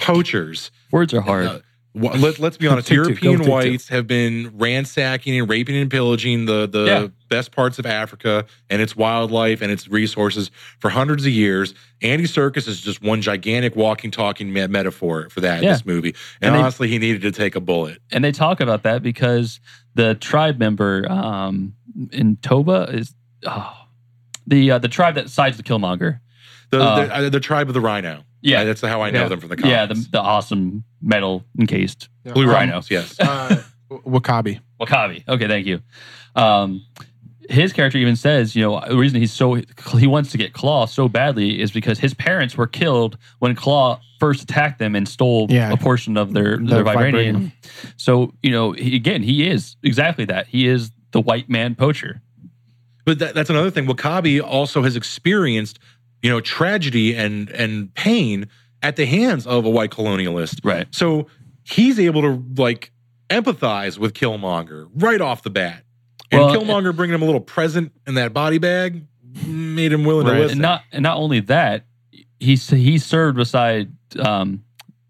S1: poachers.
S2: Words are hard.
S1: Uh, wh- let, let's be honest,
S3: Take two, go
S1: European
S3: take two.
S1: whites have been ransacking and raping and pillaging the, the
S2: Yeah.
S1: best parts of Africa and its wildlife and its resources for hundreds of years. Andy Circus is just one gigantic walking, talking me- metaphor for that in
S2: Yeah.
S1: this movie. And,
S2: And they-
S1: honestly, he needed to take a bullet.
S2: and they talk about that because the tribe member um, in Toba is oh, the uh, the tribe that sides with Killmonger.
S1: The,
S2: Uh,
S1: the, uh, the tribe of the rhino.
S2: Yeah,
S1: Uh, that's how I know
S4: Yeah.
S1: them from the comics.
S2: yeah, the, the awesome metal encased
S1: blue
S2: Um,
S1: rhinos. Yes.
S3: uh, Wakabi.
S2: Wakabi. Okay, thank you. Um, his character even says, you know, the reason he's so he wants to get Claw so badly is because his parents were killed when Claw first attacked them and stole
S3: Yeah.
S2: a portion of their
S3: The
S2: their vibranium. So you know, he, again, he is exactly that. He is the white man poacher.
S1: But that, that's another thing. Wakabi also has experienced, you know, tragedy and and pain at the hands of a white colonialist.
S2: Right.
S1: So he's able to like empathize with Killmonger right off the bat. And
S2: Well,
S1: Killmonger bringing him a little present in that body bag made him willing
S3: Right.
S1: to
S3: And
S1: listen.
S2: And not and not only that, he s- he served beside um,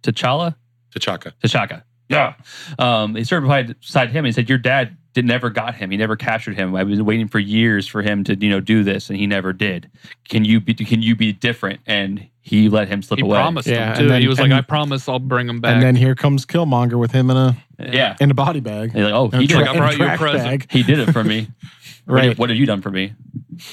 S2: T'Challa,
S1: T'Chaka.
S2: T'Chaka. Yeah. Um, he served beside, beside him. And he said, "Your dad did never got him. He never captured him. I was waiting for years for him to you know do this, and he never did. Can you be can you be different?" And he let him slip
S4: He
S2: away.
S4: promised
S3: Yeah,
S4: him
S3: and
S4: too.
S3: then-
S4: he was like,
S3: and-
S4: "I promise, I'll bring him back."
S3: And then here comes Killmonger with him in a
S2: Yeah.
S3: in a body bag.
S2: And he's like, "Oh,
S3: In
S2: he
S3: a
S2: did.
S4: like,
S3: tra-
S4: I
S2: it.
S3: in
S4: brought you a
S3: trash
S4: present.
S3: bag.
S2: He did it for me. What have-
S3: Right.
S2: What have you done for me?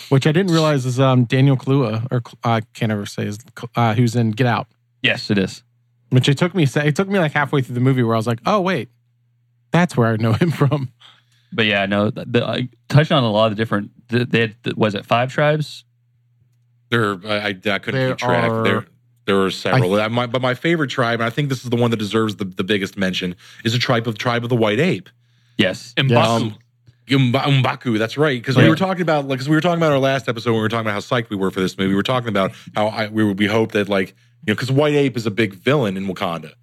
S3: Which I didn't realize is um, Daniel Kalua, or Cl- I can't ever say his, uh, who's in Get Out.
S2: Yes, it is.
S3: Which it took me it took me like halfway through the movie where I was like, oh wait, that's where I know him from.
S2: But yeah, no. The, the, I touched on a lot of the different. th they had, was it five tribes?
S1: There, I, I, I couldn't
S3: There
S1: keep track.
S3: are-
S1: there, there are several. I, my, but my favorite tribe, and I think this is the one that deserves the, the biggest mention, is the tribe of tribe of the white ape.
S2: Yes.
S4: And
S3: Yes.
S4: Baku.
S1: Um, Umba- Umbaku, that's right. Because we
S2: Yeah.
S1: were talking about, like, 'cause we were talking about our last episode. when We were talking about how psyched we were for this movie. We were talking about how I, we we hope that, like, you know, because White Ape is a big villain in Wakanda.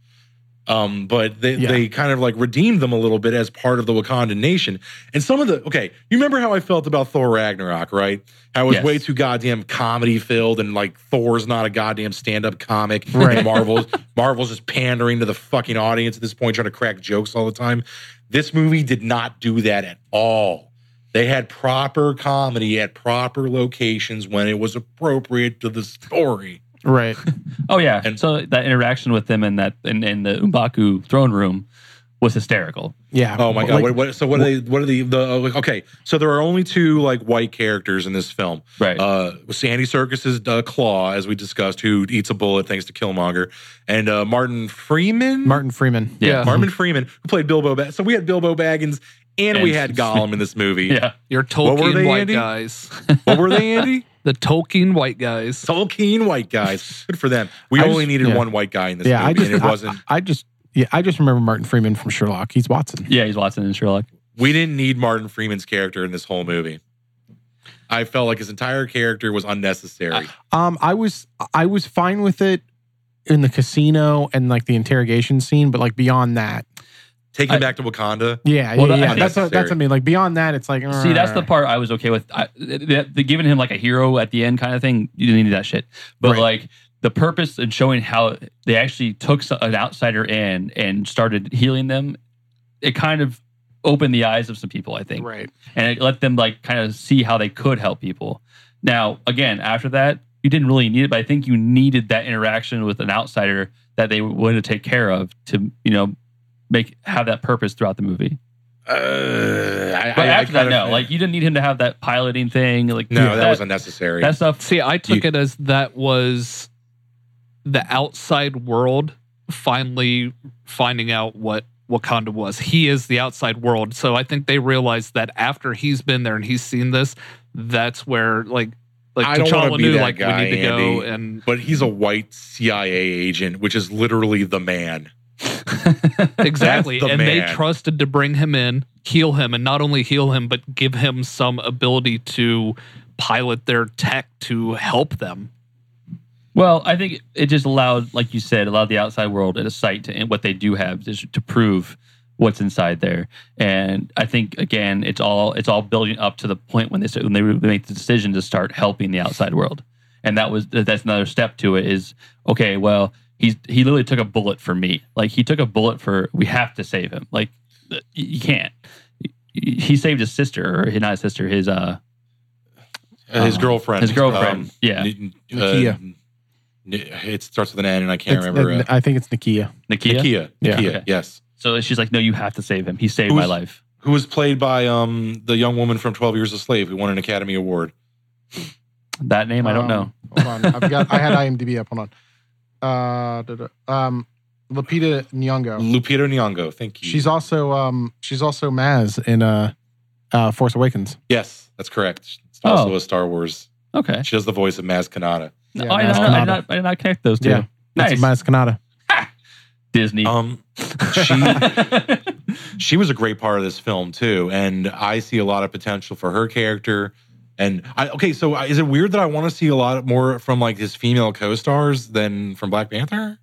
S1: Um, but they,
S3: Yeah.
S1: they kind of like redeemed them a little bit as part of the Wakanda nation. And some of the okay, you remember how I felt about Thor Ragnarok, right? How it was
S2: Yes.
S1: way too goddamn comedy filled, and like Thor's not a goddamn stand up comic.
S3: Right.
S1: And Marvel's Marvel's just pandering to the fucking audience at this point, trying to crack jokes all the time. This movie did not do that at all. They had proper comedy at proper locations when it was appropriate to the story.
S3: Right.
S2: Oh yeah.
S1: And-
S2: so that interaction with them in that in, in the Umbaku throne room was hysterical.
S3: Yeah.
S1: Oh my god!
S3: Like,
S1: what, what, so what are they? What are the the? oh, like, Okay, so there are only two like white characters in this film.
S2: Right.
S1: Uh, Sandy Circus's uh, Claw, as we discussed, who eats a bullet thanks to Killmonger, and uh, Martin Freeman.
S3: Martin Freeman.
S2: yeah.
S1: Martin Freeman, who played Bilbo. Ba- so we had Bilbo Baggins, and, we
S2: And-
S1: had Gollum in this movie.
S2: yeah.
S4: Your
S1: were
S4: Tolkien
S1: they,
S4: white
S1: Andy?
S4: guys,
S1: What were they, Andy?
S4: the Tolkien white guys.
S1: Tolkien white guys. Good for them. We
S3: I
S1: only
S3: just-
S1: needed
S3: yeah.
S1: one white guy in this
S3: Yeah,
S1: movie,
S3: I just
S1: and it wasn't.
S3: I, I just yeah, I just remember Martin Freeman from Sherlock. He's Watson.
S2: Yeah, he's Watson and Sherlock.
S1: we didn't need Martin Freeman's character in this whole movie. I felt like his entire character was unnecessary.
S3: Um, I was I was fine with it in the casino and like the interrogation scene, but like beyond that,
S1: Taking
S2: I-
S1: back to Wakanda.
S3: yeah,
S2: Well,
S3: yeah,
S2: that- I
S3: yeah.
S2: think-
S3: That's what, that's what I mean. Like beyond that, it's like uh,
S2: See, that's the part I was okay with. I, the, the giving him like a hero at the end kind of thing, you didn't need that shit. But
S3: Right.
S2: like the purpose and showing how they actually took so- an outsider in and started healing them, it kind of opened the eyes of some people, I think.
S3: right.
S2: and it let them like kind of see how they could help people. Now, again, after that, you didn't really need it, but I think you needed that interaction with an outsider that they wanted to take care of to you know make have that purpose throughout the movie.
S1: Uh, I,
S2: But
S1: I- I
S2: after that,
S1: kind
S2: no,
S1: of-
S2: like you didn't need him to have that piloting thing. Like
S1: no, that, was unnecessary.
S2: that stuff.
S4: See, I took it as that was the outside world finally finding out what Wakanda was. He is the outside world. So I think they realized that after he's been there and he's seen this, that's where like like
S1: I don't wanna
S4: T'Challa
S1: be
S4: knew
S1: that
S4: like
S1: guy,
S4: we need to go
S1: Andy.
S4: and
S1: but he's a white CIA agent, which is literally the man.
S4: exactly.
S1: the
S4: and
S1: man.
S4: they trusted to bring him in, heal him, and not only heal him, but give him some ability to pilot their tech to help them.
S2: Well, I think it just allowed, like you said, allowed the outside world at a site to and what they do have just to prove what's inside there. And I think again, it's all it's all building up to the point when they said- when they make the decision to start helping the outside world. And that was that's another step to it is okay. Well, he's he literally took a bullet for me. Like he took a bullet for we have to save him. Like y- you can't. He he saved his sister, or not his sister, his uh
S1: Uh, his
S2: Uh,
S1: girlfriend.
S2: his girlfriend, yeah.
S1: N- uh,
S3: Nakia.
S1: N- it starts with an N, and I can't
S3: It's-
S1: remember. Uh,
S3: I think it's Nakia.
S2: Nakia.
S1: Nakia.
S3: Yeah.
S1: Nakia.
S2: Okay.
S1: Yes.
S2: So she's like, no, you have to save him. He saved my
S1: Who's-
S2: life.
S1: Who was played by um the young woman from Twelve Years a Slave who won an Academy Award?
S2: That name I don't know.
S3: Um, Hold on, I've got. I had IMDb up. Hold on. Uh, da, da, um, Lupita Nyong'o.
S1: Lupita Nyong'o. Thank you.
S3: Oh. She's also um, she's also Maz in uh, uh, Force Awakens.
S1: yes, that's correct. It's
S2: Oh.
S1: also a Star Wars.
S2: Okay.
S1: She does the voice of Maz Kanata.
S3: Yeah,
S2: oh, I,
S3: Maz
S2: did not, I, did
S3: Kanata.
S2: not, I did not connect those two.
S3: Yeah.
S2: Nice.
S3: That's Oh, Maz Kanata.
S2: Disney.
S1: Um, she she was a great part of this film too, and I see a lot of potential for her character. And I okay, so I- is it weird that I want to see a lot more from like his female co-stars than from Black Panther?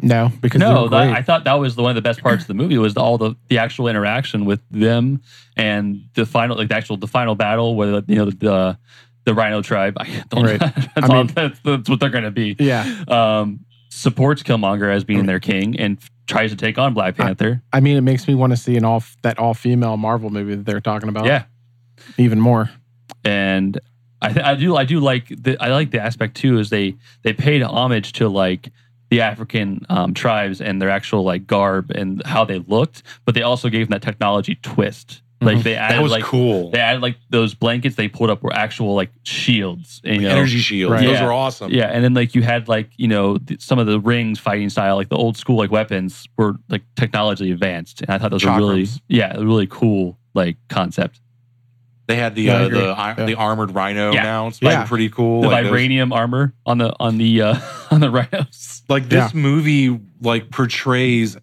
S3: No, because
S2: no,
S3: no,
S2: that, I thought that was the, one of the best parts of the movie was the, all the, the actual interaction with them and the final, like the actual the final battle where you know the the, Rhino tribe. I don't,
S3: Right.
S2: that's,
S3: I
S2: all,
S3: mean-
S2: that's, that's what they're going to be.
S3: yeah,
S2: Um, supports Killmonger as being their king and f- tries to take on Black
S3: I-
S2: Panther.
S3: I mean, it makes me want to see an all that all female Marvel movie that they're talking about.
S2: yeah,
S3: even more.
S2: and I th- I do I do like the I like the aspect too is they they paid homage to like the African um, tribes and their actual like garb and how they looked, but they also gave them that technology twist. Like
S3: Mhm.
S2: they
S1: Mm-hmm. That
S2: added
S1: was
S2: like
S1: cool.
S2: they added like those blankets they pulled up were actual like shields. And, you know,
S1: Energy shields.
S3: Right.
S1: Those
S2: Yeah.
S1: are awesome.
S2: yeah, and then like you had like you know th- some of the rings fighting style, like the old school like weapons were like technologically advanced, and I thought those were really
S1: Chakrams.
S2: yeah a really cool like concept.
S1: They had the
S3: Yeah, I
S1: uh,
S3: agree.
S1: the ir-
S3: Yeah.
S1: the armored rhino
S2: Yeah.
S1: now. It's like
S3: Yeah.
S1: pretty cool.
S2: The
S1: like those-
S2: vibranium armor on the on the uh, on the rhinos.
S1: like this movie like portrays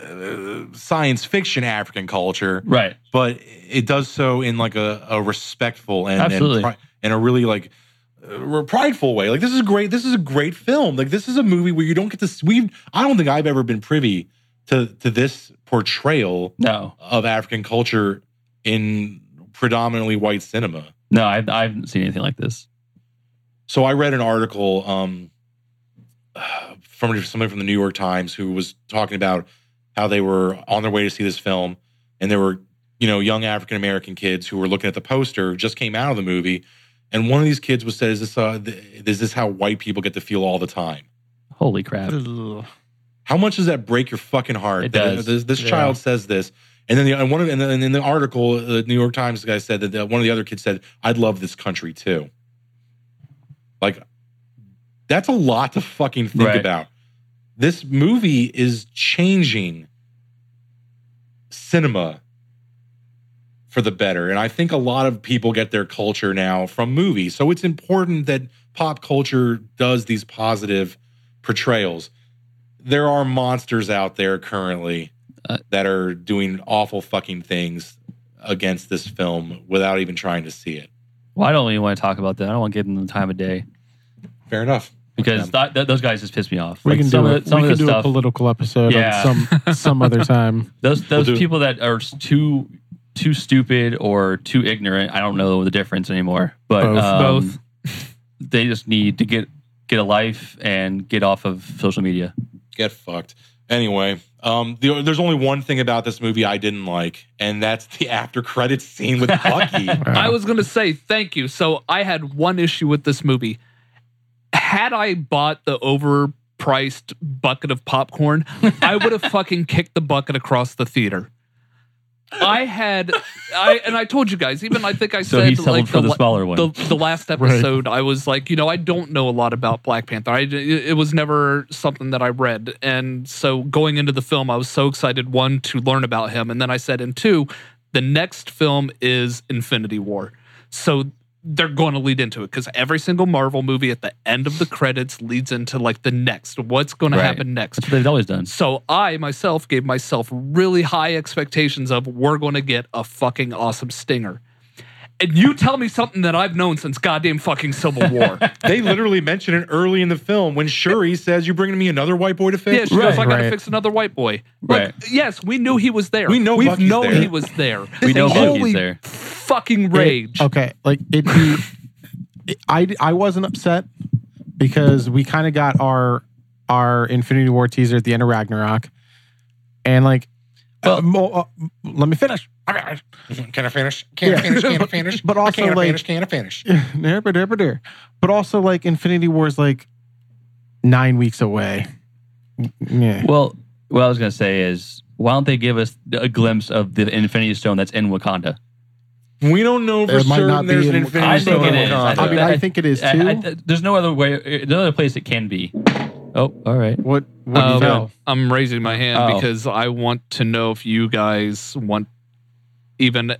S1: uh, science fiction African culture,
S2: Right.
S1: but it does so in like a, a respectful and
S2: Absolutely.
S1: and, pri- and a really like uh, prideful way. Like this is great. This is a great film. Like this is a movie where you don't get to. s- We I don't think I've ever been privy to to this portrayal
S2: No,
S1: of African culture in predominantly white cinema.
S2: no, I, I haven't seen anything like this.
S1: So I read an article um, from somebody from the New York Times who was talking about how they were on their way to see this film, and there were you know young African American kids who were looking at the poster just came out of the movie, and one of these kids was said, "Is this uh, th- is this how white people get to feel all the time?"
S2: Holy crap!
S1: How much does that break your fucking heart?
S2: It
S1: that
S2: does.
S1: This, this
S3: Yeah.
S1: child says this, and then the and one of, and, then in the article, the New York Times guy said that the, one of the other kids said, "I'd love this country too." Like, that's a lot to fucking think
S2: Right.
S1: about. This movie is changing cinema for the better, and I think a lot of people get their culture now from movies. So it's important that pop culture does these positive portrayals there are monsters out there currently
S2: Uh,
S1: that are doing awful fucking things against this film without even trying to see it.
S2: Well, I don't even want to talk about that. I don't want to give them the time of day
S1: Fair enough.
S2: because
S1: Um,
S2: that, that- those guys just piss me off.
S3: We
S2: Like,
S3: can
S2: some
S3: do
S2: of
S3: it.
S2: the, some
S3: we
S2: of
S3: can
S2: the
S3: do a
S2: stuff.
S3: political episode
S2: Yeah.
S3: on some some other time.
S2: those those
S1: do it.
S2: people that are s- too too stupid or too ignorant. I don't know the difference anymore. But
S3: Both.
S2: um,
S4: Both.
S2: they just need to get get a life and get off of social media.
S1: get fucked. Anyway, um, the, there's only one thing about this movie I didn't like, and that's the after credits scene with Bucky.
S4: I was going to say thank you. So I had one issue with this movie. Had I bought the overpriced bucket of popcorn, I would have fucking kicked the bucket across the theater. I had, I and I told you guys. Even I think I
S2: So
S4: said
S2: he settled
S4: like
S2: for the,
S4: la-
S2: smaller one.
S4: the, the last episode, I was like, you know, I don't know a lot about Black Panther. I, it was never something that I read. And so going into the film, I was so excited, one, to learn about him. And then I said, and two, the next film is Infinity War. So they're going to lead into it because every single Marvel movie at the end of the credits leads into like the next. What's going
S2: Right.
S4: to happen next?
S2: That's what they've always done.
S4: So I myself gave myself really high expectations of we're going to get a fucking awesome stinger. And you tell me something that I've known since goddamn fucking Civil War.
S1: they literally mention it early in the film when Shuri says, "You bringing me another white boy to
S4: yeah,
S1: fix?"
S4: she goes,
S2: Right,
S4: I gotta
S3: right.
S4: fix another white boy. Like,
S2: Right.
S4: Yes, we knew he was there.
S1: We know
S4: We've
S1: Bucky's
S4: known
S1: there.
S4: he was there.
S2: We know
S4: Holy
S2: Bucky's there.
S4: Fucking
S3: It-
S4: rage.
S3: okay, like it. Be, it- I I wasn't upset because we kind of got our our Infinity War teaser at the end of Ragnarok, and like,
S2: Well-
S3: uh, mo- uh, let me finish.
S1: Can I finish? Can I
S3: Yeah.
S1: finish? Can I finish?
S3: But also,
S1: can I
S3: like-
S1: finish? Can I finish?
S3: Ner- but ner- but ner. But also, like, Infinity War is like nine weeks away. Yeah.
S2: Well, what I was going to say is, why don't they give us a glimpse of the Infinity Stone that's in Wakanda?
S1: We don't know for
S3: It might
S1: certain
S3: not
S1: there's
S3: be
S1: an
S3: in-
S1: Infinity
S2: I
S1: Stone.
S2: think it
S1: in
S2: is.
S1: Wakanda.
S3: I mean, I think it is too.
S2: I- I- there's no other way, there's no other place it can be. Oh, all right.
S3: what? What
S4: Um,
S3: do you know?
S4: I'm raising my hand
S2: Oh.
S4: because I want to know if you guys want even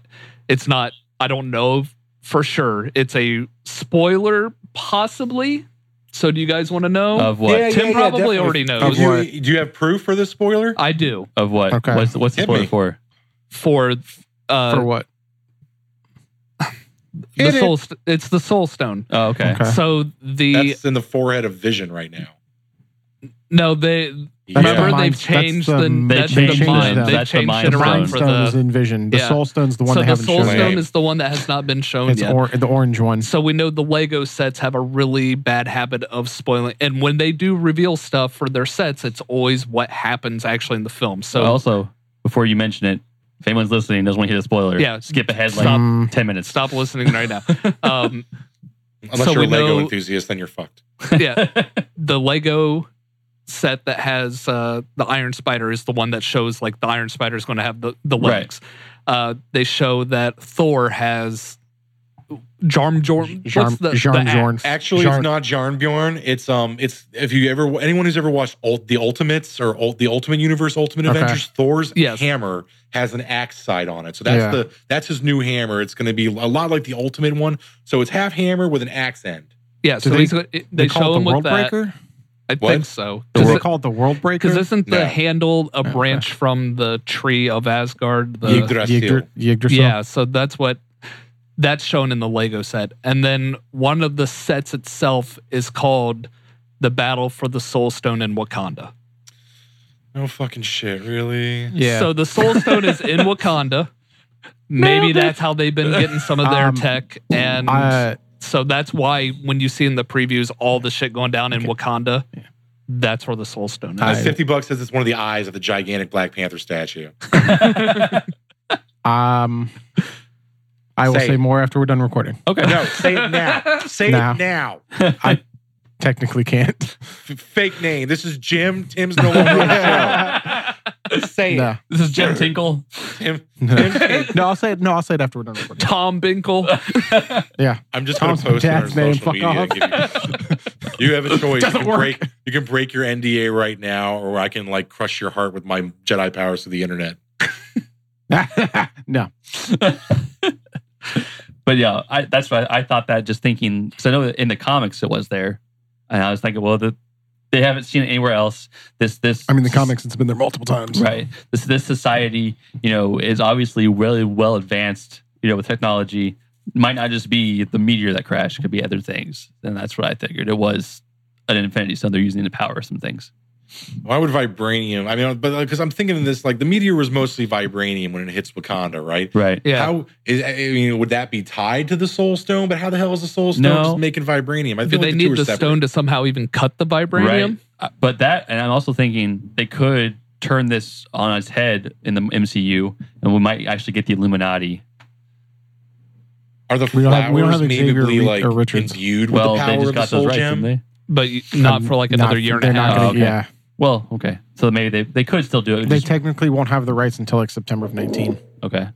S4: it's not I don't know for sure. It's a spoiler possibly. So do you guys want to know?
S2: Of what?
S1: Yeah,
S4: Tim
S1: yeah,
S4: probably
S1: definitely.
S4: already knows.
S1: Do you, do you have proof for the spoiler?
S4: I do.
S2: Of what?
S3: Okay.
S2: What's, what's the
S1: Hit
S2: spoiler
S1: me.
S2: for?
S4: For uh
S3: For what?
S4: the
S1: Hit it.
S4: soul st- it's the soul stone.
S2: Oh, okay.
S3: Okay.
S4: So the
S1: That's in the forehead of Vision right now.
S4: no they
S3: That's the
S4: remember
S3: mind-
S4: they've
S3: that's
S4: changed
S3: the-
S4: the
S3: They
S4: that's
S3: changed
S4: the mind.
S3: them.
S4: They
S2: That's the
S4: changed
S2: mind
S4: it
S3: The
S2: stone.
S4: around
S3: Mind
S4: for
S3: Stone is
S4: the
S3: in Vision. The
S4: yeah.
S3: Soul Stone's the one
S4: so
S3: they
S4: the
S3: haven't
S4: soul
S3: shown. yet.
S4: stone is the one that has not been shown
S3: It's
S4: yet.
S3: or, the orange one.
S4: So we know the Lego sets have a really bad habit of spoiling. And when they do reveal stuff for their sets, it's always what happens actually in the film.
S2: So
S4: So
S2: also, before you mention it, if anyone's listening doesn't want to hear the spoiler,
S4: Yeah.
S2: skip ahead like
S4: Stop.
S3: Mm,
S2: 10 minutes.
S4: stop listening right now. Um,
S1: Unless
S4: So
S1: you're a
S4: we
S1: Lego
S4: know-
S1: enthusiast, then you're fucked.
S4: yeah, the Lego set that has uh, the Iron Spider is the one that shows like the Iron Spider is going to have the, the
S2: Right.
S4: legs. Uh, they show that Thor has Jarm Jorm.
S3: Jarm,
S4: what's the,
S3: Jarm
S4: the
S3: Jorn.
S1: Actually,
S3: Jarn-
S1: it's not Jarnbjorn. It's um, it's if you ever anyone who's ever watched Ult, the Ultimates or Ult, the Ultimate Universe, Ultimate
S3: Okay.
S1: Adventures, Thor's
S4: Yes.
S1: hammer has an axe side on it. So that's
S3: Yeah.
S1: the that's his new hammer. It's going to be a lot like the Ultimate one. So it's half hammer with an axe end.
S4: Yeah,
S3: Do
S4: so
S3: they-
S4: he's gonna- they,
S3: They call
S4: show
S3: it the
S4: him with
S3: World
S4: that.
S3: Breaker.
S4: I
S1: What?
S4: think so.
S3: Do
S4: Does
S3: they
S4: it-
S3: call it the World Breaker?
S4: Because isn't the
S1: No.
S4: handle a
S3: Okay.
S4: branch from the tree of Asgard? The,
S1: Yggdrasil.
S3: Yggdra- Yggdrasil.
S4: yeah, so that's what that's shown in the Lego set. And then one of the sets itself is called the Battle for the Soul Stone in Wakanda.
S1: No fucking shit, really.
S3: Yeah.
S4: So the Soul Stone is in Wakanda. Maybe
S2: Nailed it.
S4: that's how they've been getting some of their
S3: Um,
S4: tech. And
S3: Uh,
S4: so that's why when you see in the previews all the shit going down in Wakanda, that's where the Soul Stone is.
S1: Uh,
S3: I-
S1: Fifty bucks says it's one of the eyes of the gigantic Black Panther statue.
S3: um, I will
S1: Say it.
S3: say more after we're done recording.
S2: Okay.
S1: No, say it now. Say
S3: Now.
S1: it now.
S3: Technically, can't.
S1: F- fake name. This is Jim. Tim's no longer on the show. Say it.
S3: no.
S2: This is Jim Tinkle.
S1: Tim,
S3: no,
S1: Tim,
S3: I'll say it. No, I'll say it after we're done recording.
S4: Tom Binkle.
S1: I'm just going
S3: Tom's
S1: to post it on our
S3: dad's name,
S1: social media.
S3: fuck
S1: and give You, you have a choice. You
S3: Doesn't
S1: can
S3: work.
S1: break. You can break your NDA right now, or I can like crush your heart with my Jedi powers through the internet.
S3: no.
S2: But yeah, I, that's why I thought that just thinking, because I know in the comics it was there. And I was thinking, well, the, they haven't seen it anywhere else. This, this,
S3: I mean, the comics, it's been there multiple times.
S2: right? This, this society, you know, is obviously really well advanced, you know, with technology. Might not just be the meteor that crashed, it could be other things. And that's what I figured. It was an infinity stone. They're using it to power some things.
S1: Why would vibranium? I mean, but because I'm thinking of this, like the meteor was mostly vibranium when it hits Wakanda, right?
S2: Right.
S4: Yeah.
S1: How is I mean, would that be tied to the Soul Stone? But how the hell is the Soul Stone
S2: No.
S1: just making vibranium? I
S4: Do
S1: feel
S4: they
S1: like the two
S4: need
S1: are
S4: the
S1: separate.
S4: stone to somehow even cut the vibranium?
S2: Right. Uh, But that, and I'm also thinking they could turn this on its head in the MCU, and we might actually get the Illuminati.
S1: Are the
S3: We don't have- we don't
S1: flowers
S3: have Xavier
S1: maybe
S3: Reed
S1: like
S3: or Richards.
S1: imbued with
S2: Well,
S1: the
S2: they
S1: power
S2: just
S1: of the
S2: got those
S1: Soul
S2: right, didn't
S1: Gem?
S2: they?
S4: But y- not for like
S3: Not-
S4: another year and
S3: they're
S4: a
S3: not
S4: half.
S3: gonna-
S2: Oh, okay.
S3: Yeah.
S2: Well, okay. So maybe they, they could still do it.
S3: They
S2: just-
S3: technically won't have the rights until like September of 19.
S2: okay.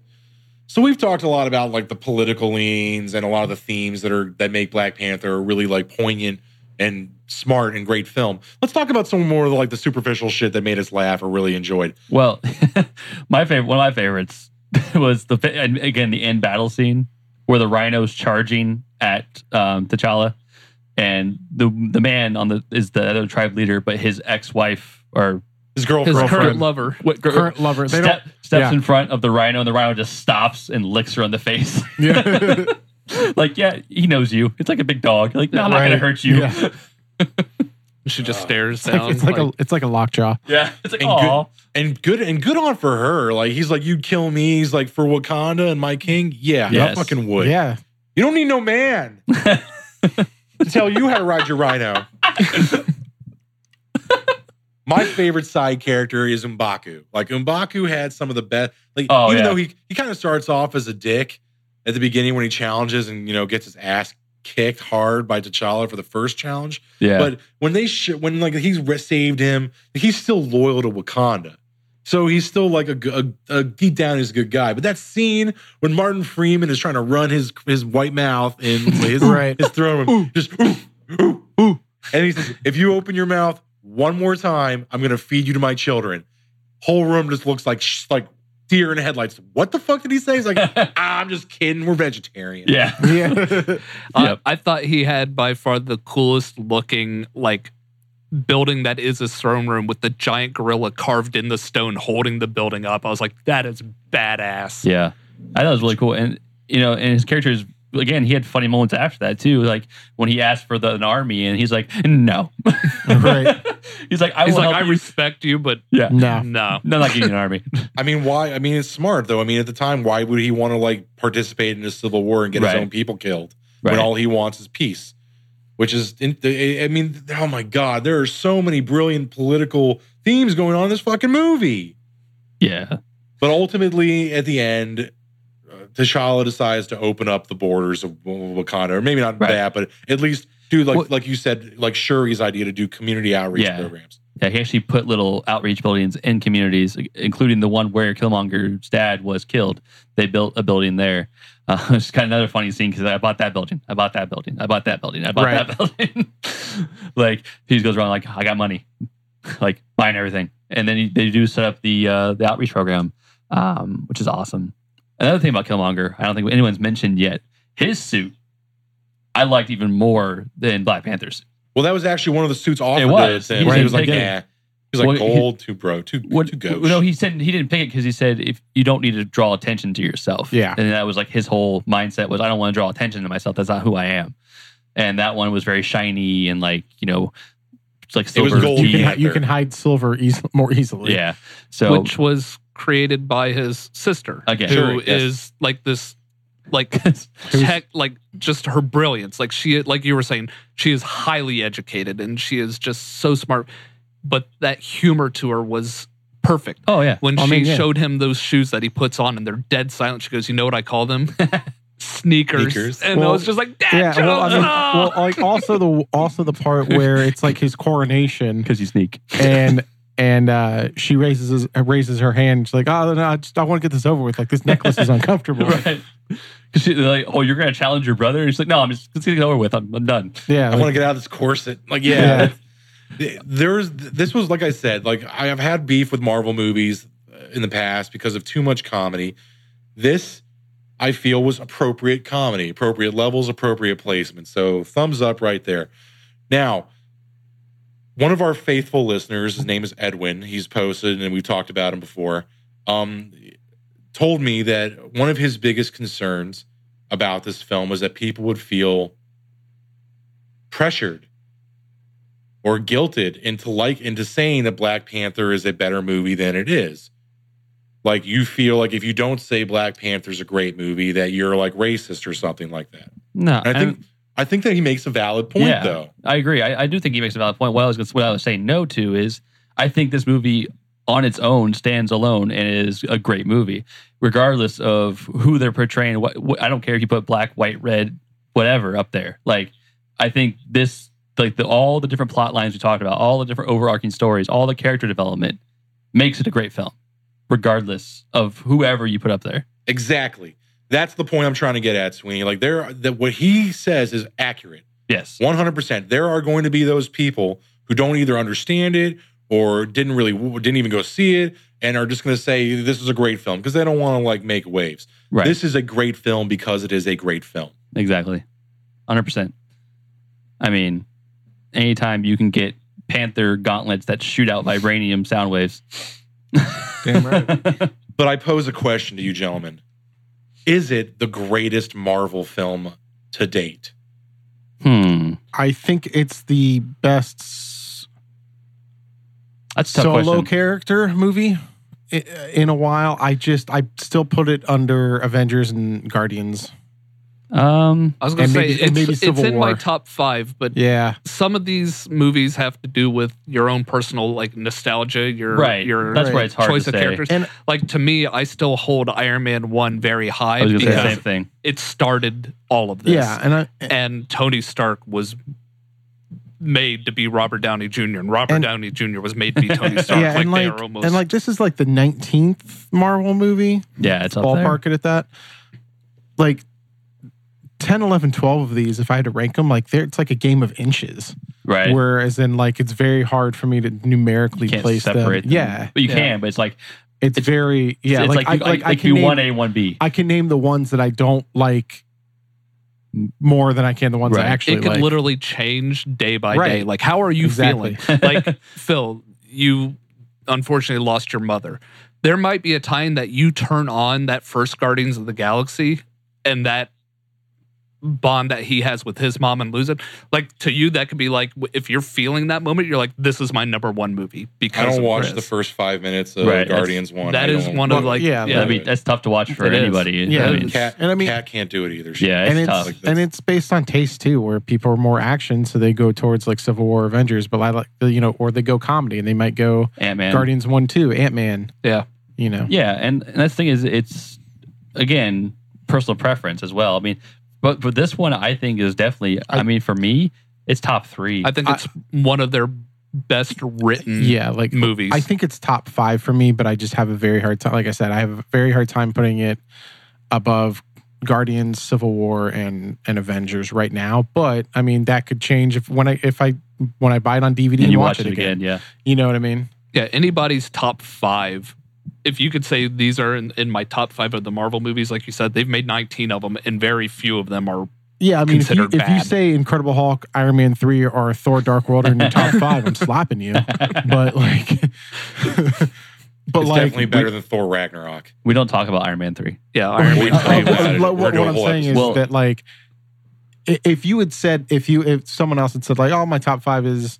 S1: So we've talked a lot about like the political leans and a lot of the themes that are that make Black Panther a really like poignant and smart and great film. Let's talk about some more like the superficial shit that made us laugh or really enjoyed.
S2: Well, my favorite, one of my favorites was the fa- and again the end battle scene where the rhinos charging at um, T'Challa, and the the man on the is the other tribe leader, but his ex wife or
S1: His girlfriend,
S4: His current
S2: Girlfriend.
S4: lover.
S2: what
S3: Current lover. They
S2: step, steps
S3: yeah.
S2: in front of the rhino, and the rhino just stops and licks her on the face.
S3: don't. Yeah.
S2: like, yeah, he knows you. It's like a big dog. Like, no, I'm not
S3: Right.
S2: gonna hurt you.
S3: Yeah.
S2: Yeah,
S4: She just
S1: Uh,
S3: It's
S4: stares
S3: like,
S4: down.
S3: it's like a it's like a lockjaw.
S2: it's like,
S1: And
S2: oh,
S1: and good and good on for her. Like he's like, you'd kill me. He's like, for Wakanda and my king. Yeah, I
S2: Yes.
S1: fucking would.
S3: Yeah.
S1: You don't need no man to tell you how to ride your rhino. My favorite side character is Umbaku. Like Umbaku had some of the best. Like
S2: Oh,
S1: even
S2: yeah.
S1: though he he kind of starts off as a dick at the beginning when he challenges and you know gets his ass kicked hard by T'Challa for the first challenge.
S2: Yeah.
S1: But when they sh- when like he's re- saved him, he's still loyal to Wakanda. So he's still like a, g- a- a- deep down he's a good guy. But that scene when Martin Freeman is trying to run his his white mouth in his
S3: Right.
S1: his throne room, just ooh, ooh, ooh. and he says, "If you open your mouth one more time, I'm gonna feed you to my children." Whole room just looks like sh- like deer in headlights. What the fuck did he say? He's like, "Ah, "I'm just kidding. We're vegetarian."
S2: yeah.
S3: Yeah.
S4: I-
S2: Yep.
S4: "Uh, I thought he had by far the coolest looking like building that is his throne room with the giant gorilla carved in the stone holding the building up. I was like, that is badass.
S2: Yeah, I thought it was really cool, and you know, and his character is again, he had funny moments after that too, like when he asked for the, an army, and he's like, "No,"
S3: Right.
S2: he's like, "I
S4: He's
S2: will
S4: like, I
S2: help you."
S4: respect you, but
S2: yeah,
S3: No.
S4: no.
S2: no, not giving you an army.
S1: I mean, why? I mean, it's smart though. I mean, at the time, why would he want to like participate in a civil war and get
S2: Right.
S1: his own people killed
S2: Right.
S1: when all he wants is peace? Which is, in, I I mean, oh my god, there are so many brilliant political themes going on in this fucking movie.
S2: yeah,
S1: But ultimately, at the end, uh, T'Challa decides to open up the borders of Wakanda, or maybe not
S2: Right.
S1: that, but at least do like
S4: Well-
S1: like you said, like Shuri's idea to do community outreach
S2: Yeah.
S1: programs.
S2: yeah. He actually put little outreach buildings in communities, including the one where Killmonger's dad was killed. They built a building there. Uh, it's kind of another funny scene because I bought that building, I bought that building, I bought that building, I bought
S3: Right.
S2: that building. like he goes around like, "I got money." like buying everything. And then he, they do set up the uh, the outreach program, um, which is awesome. Another thing about Killmonger, I don't think anyone's mentioned yet. His suit, I liked even more than Black Panther's.
S1: Well, that was actually one of the suits offered. to
S2: was.
S1: him.
S2: He
S1: He,
S2: didn't
S1: was like,
S2: take it.
S1: yeah. He was like,
S2: Well, he-
S1: gold, too bro, too, too
S2: What,
S1: gauche.
S2: no, he said he didn't pick it because he said if you don't need to draw attention to yourself.
S3: Yeah.
S2: and that was like his whole mindset was I don't want to draw attention to myself. That's not who I am. And that one was very shiny and like you know, it's like
S1: It was
S2: silver.
S1: gold.
S3: You
S2: teeth.
S3: can,
S1: Yeah.
S3: hi- you can hide silver eas- more easily.
S2: Yeah. So
S4: which was created by his sister,
S2: Again.
S4: who
S1: Sure, yes.
S4: is like this, like tech, like just her brilliance. Like she, like you were saying, she is highly educated and she is just so smart. But that humor to her was perfect.
S2: oh yeah,
S4: When
S3: I
S4: she
S3: mean, yeah.
S4: showed him those shoes that he puts on and they're dead silent, she goes, "You know what I call them? Sneakers."
S1: Sneakers.
S4: And I
S3: Well,
S4: was just like, "Dad
S3: Yeah, well, I
S4: jokes,
S3: mean,
S4: ah!"
S3: well, like also the also the part where it's like his coronation
S2: because you sneak.
S3: and and uh, she raises his, raises her hand. She's like, "Oh no, I just I want to get this over with. Like this necklace is uncomfortable."
S2: right? Because they're like, "Oh, you're gonna challenge your brother?" And she's like, "No, I'm just let's get it over with. I'm, I'm done."
S3: Yeah,
S1: I
S3: like-
S1: want to get out of this corset. Like, yeah. th- There's this was like I said, like I have had beef with Marvel movies uh, in the past because of too much comedy. This I feel was appropriate comedy, appropriate levels, appropriate placement. So thumbs up right there. Now, one of our faithful listeners, his name is Edwin. He's posted and we've talked about him before. Um told me that one of his biggest concerns about this film was that people would feel pressured or guilted into like into saying that Black Panther is a better movie than it is. Like you feel like if you don't say Black Panther's a great movie, that you're like racist or something like that.
S2: No,
S1: And I think I think that he makes a valid point
S2: Yeah.
S1: though.
S2: I agree. I, I do think he makes a valid point. What I was gonna- what I was saying no to is I think this movie on its own stands alone and is a great movie, regardless of who they're portraying. What, what I don't care if you put black, white, red, whatever up there. Like I think this like the all the different plot lines we talked about, all the different overarching stories, all the character development makes it a great film, regardless of whoever you put up there.
S1: Exactly. That's the point I'm trying to get at, Sweeney. Like there that what he says is accurate.
S2: Yes.
S1: 100%. There are going to be those people who don't either understand it or didn't really didn't even go see it and are just going to say this is a great film because they don't want to like make waves.
S2: Right.
S1: This is a great film because it is a great film.
S2: Exactly. 100%. I mean, anytime you can get Panther gauntlets that shoot out vibranium sound waves.
S3: Damn right.
S1: But I pose a question to you gentlemen. Is it the greatest Marvel film to date?
S2: hmm.
S3: I think it's the best s-
S2: That's a tough
S3: solo
S2: question.
S3: character movie i- uh, in a while. I just I still put it under Avengers and Guardians.
S2: Um,
S4: I was going to
S3: And
S4: say
S3: maybe-
S4: it's,
S3: and maybe
S4: it's
S3: Civil
S4: in my
S3: War.
S4: top five, but
S3: Yeah.
S4: some of these movies have to do with your own personal like nostalgia. Your
S2: right.
S4: Your
S2: That's
S3: right.
S2: why it's hard
S4: choice
S2: to
S4: of
S2: say.
S4: characters.
S3: And-
S4: like to me, I still hold Iron Man one very high
S2: I was going to say the
S4: because
S2: same thing.
S4: it started all of this.
S3: Yeah. And I,
S4: and Tony Stark was made to be Robert Downey Jr. and Robert
S3: And-
S4: Downey Jr. was made to be Tony Stark.
S3: yeah,
S4: like,
S3: and
S4: they
S3: like,
S4: are almost
S3: and like this is like the nineteenth Marvel movie.
S2: Yeah, it's up there.
S3: Ballpark it at that. Like 10, 11, 12 of these, if I had to rank them, like there, it's like a game of inches.
S2: Right.
S3: Whereas in like it's very hard for me to numerically
S2: you can't
S3: place them.
S2: separate them.
S3: Yeah,
S2: But you
S3: Yeah.
S2: can, but it's like,
S3: it's,
S2: It's-
S3: very yeah.
S2: it's
S3: like,
S2: like,
S3: I, like, I can
S2: you
S3: name,
S2: 1A, 1B.
S3: I can name the ones that I don't like more than I can the ones
S2: Right.
S3: I
S2: It
S3: actually
S4: it could
S3: like.
S4: literally change day by day.
S3: Right.
S4: Like, how are you
S3: Exactly.
S4: feeling? Like, Phil, you unfortunately lost your mother. There might be a time that you turn on that first Guardians of the Galaxy and that bond that he has with his mom and lose it. Like to you, that could be like w- if you're feeling that moment, you're like, this is my number one movie because
S1: I don't
S4: of
S1: watch
S4: this.
S1: the first five minutes of
S2: Right, that's-
S1: Guardians One.
S4: that
S1: I
S4: is
S1: don't-
S4: one of like
S3: yeah,
S4: yeah,
S2: That'd be, that's tough to watch for
S4: It is.
S2: anybody.
S3: Yeah.
S2: I mean,
S1: Cat,
S3: And I mean-
S1: Cat can't do it either. She-
S2: yeah, it's
S3: and it's
S2: tough.
S1: Like that's-
S3: and it's based on taste too, where people are more action, so they go towards like Civil War, Avengers, but I like you know, or they go comedy, and they might go
S2: Ant Man.
S3: Guardians one, two, Ant Man,
S4: yeah.
S3: you know,
S2: Yeah, and, and that's the thing is it's again personal preference as well. I mean, but but this one I think is definitely. I,
S3: I-
S2: mean, for me, it's top three.
S4: I think it's one of their best written
S3: yeah, like
S4: Mm. movies.
S3: I think it's top five for me, but I just have a very hard time. Like I said, I have a very hard time putting it above Guardians, Civil War, and and Avengers right now. But I mean, that could change if when I if I when I buy it on DVD
S2: and
S3: and
S2: you
S3: watch, it again.
S2: Yeah,
S3: You know what I mean?
S4: yeah, anybody's top five. If you could say these are in, in my top five of the Marvel movies, like you said, they've made 19 of them, and very few of them are.
S3: Yeah, I mean, if you,
S4: Considered
S3: if you
S4: bad.
S3: say Incredible Hulk, Iron Man three, or Thor: Dark World are in your top five, I'm slapping you. But like, but
S1: it's
S3: like,
S1: definitely better than Thor Ragnarok.
S2: we don't talk about Iron Man three.
S4: Yeah, Iron
S1: We can
S4: Man.
S1: tell you
S3: Uh,
S1: about it.
S3: what,
S1: We're
S3: what,
S1: doing
S3: what
S1: a
S3: I'm
S1: whole
S3: saying is
S1: episode.
S2: Well-
S3: that like i- if you had said if you if someone else had said like oh my top five is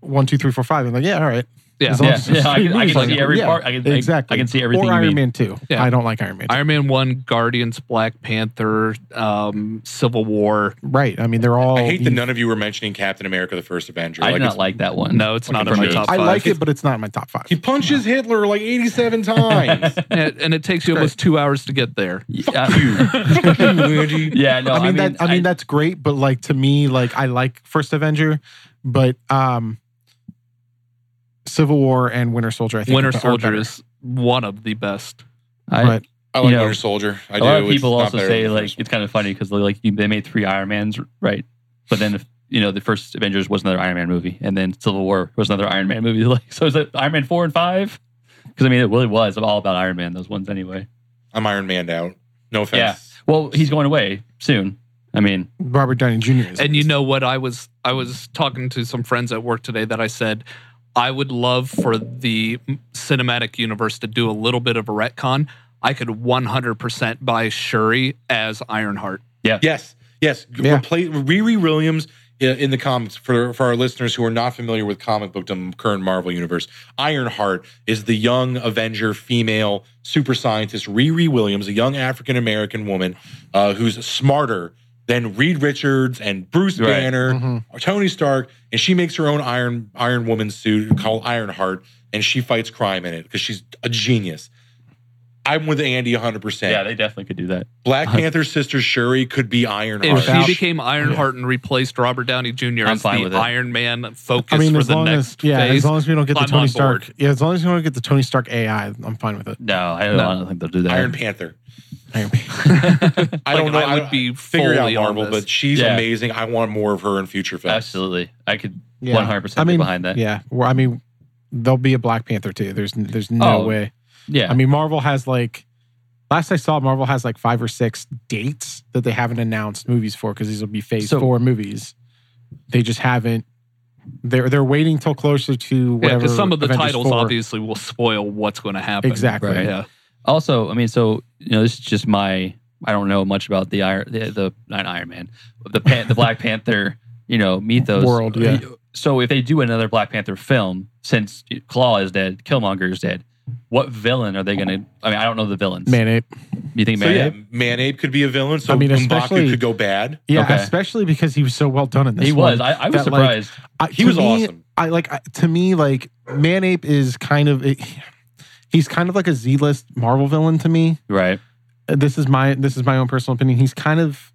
S3: one two three four five I'm like yeah all right
S4: Yeah.
S3: As long
S2: Yeah,
S3: as
S2: yeah,
S3: it's
S2: I can, I
S3: movies,
S2: can
S3: like,
S2: see every
S3: yeah,
S2: part. I can, I-
S3: exactly
S2: I, can see everything. you
S3: or Iron
S2: mean.
S3: Man two
S4: Yeah.
S3: I don't like Iron Man 2.
S4: Iron Man 1, Guardians, Black Panther, um, Civil War.
S3: right I mean they're all e
S1: I hate that
S3: Oh, you-
S1: none of you were mentioning Captain America: The First Avenger.
S2: I do
S1: it's-
S2: not like that one.
S4: No, it's not in my
S2: For me.
S4: top
S3: I
S4: five.
S3: like it but it's not in my top five
S1: He punches Hitler like 87 times.
S4: Yeah, and it takes you almost two hours to get there.
S2: Yeah, yeah, no.
S3: I mean, that I mean that's great but like to me like I like First Avenger but um Civil War and Winter Soldier I think
S4: Winter
S3: are
S4: Soldier
S3: better.
S4: is one of the best.
S2: I,
S3: but
S1: I
S2: You
S1: like
S2: know,
S1: Winter Soldier. I
S2: a
S1: do.
S2: lot of
S1: It's
S2: people
S1: not
S2: also
S1: better than
S2: say
S1: the
S2: like
S1: first
S2: it's kind of funny because like you- they made three Iron Mans, right? But then if you know the first Avengers was another Iron Man movie, and then Civil War was another Iron Man movie. Like so, is it Iron Man four and five? Because I mean, it really was all about Iron Man. Those ones anyway.
S1: one. I'm Iron Man out. No offense.
S2: Well, he's going away soon. I mean,
S3: Robert Downey Jr. is
S4: And you know what? I was I was talking to some friends at work today that I said I would love for the cinematic universe to do a little bit of a retcon. I could 100% buy Shuri as Ironheart.
S1: Yes, yes.
S3: Yeah.
S1: Replace Riri Williams i- in the comics for for our listeners who are not familiar with comic book current Marvel universe. Ironheart is the young Avenger female super scientist Riri Williams, a young African American woman uh, who's smarter than Reed Richards and Bruce
S2: Right.
S1: Banner.
S3: Mhm.
S1: Tony Stark, and she makes her own Iron Iron Woman suit called Ironheart, and she fights crime in it because she's a genius. I'm with Andy 100.
S2: yeah,
S1: percent
S2: they definitely could do that.
S1: Black Panther's sister Shuri could be Ironheart.
S4: If
S3: Without-
S4: she became Ironheart and replaced Robert Downey junior
S2: I'm
S4: as
S2: fine
S4: the
S2: with it.
S4: Iron Man focus
S3: I mean,
S4: for
S3: as
S4: the
S3: long as
S4: next
S3: yeah, as
S4: phase,
S3: long as we don't get the
S4: I'm
S3: Tony
S4: on
S3: Stark.
S4: board.
S3: Yeah, as long as we don't get the Tony Stark AI, I'm fine with it.
S2: No, I don't,
S4: No.
S2: I don't think they'll do that.
S1: Iron Panther.
S3: Iron Man.
S1: I
S4: Like,
S1: don't know.
S4: I would
S1: I-
S4: be
S1: figure it out
S4: fully on
S1: Marvel,
S4: this.
S1: but she's
S2: Yeah.
S1: amazing. I want more of her in future films.
S2: Absolutely, I could
S3: Yeah.
S2: one hundred
S3: I
S2: percent be
S3: mean,
S2: behind that. Yeah,
S3: yeah. Well, I mean, there'll be a Black Panther too. There's there's no
S2: Oh,
S3: way. I mean, Marvel has like last I saw, Marvel has like five or six dates that they haven't announced movies for because these will be Phase
S2: So-
S3: Four movies. They just haven't. They're they're waiting till closer to
S4: yeah,
S3: whatever.
S4: because some of the
S3: Avengers
S4: titles
S3: 4
S4: obviously will spoil what's going to happen.
S3: Exactly.
S2: Right.
S4: Yeah.
S2: also, I mean, so you know, this is just my. I don't know much about the Iron, the, the not Iron Man, the Pan, the Black Panther. You know, mythos
S3: World, yeah.
S2: So if they do another Black Panther film, since Claw is dead, Killmonger is dead, what villain are they going to? I mean, I don't know the villains.
S3: Man ape.
S2: You think
S1: So
S2: Man?
S1: yeah, Manape could be a villain. So
S3: I mean, especially-
S1: M'Baku could go bad.
S3: Yeah,
S2: Okay.
S3: especially because he was so well done in this.
S2: he
S3: one
S2: was. I, I was
S3: that, like,
S2: surprised.
S3: I,
S1: He
S3: to
S1: was
S3: me,
S1: awesome.
S3: I like I- to me like Manape is kind of he's kind of like a Z list Marvel villain to me.
S2: right.
S3: Uh, This is my this is my own personal opinion. He's kind of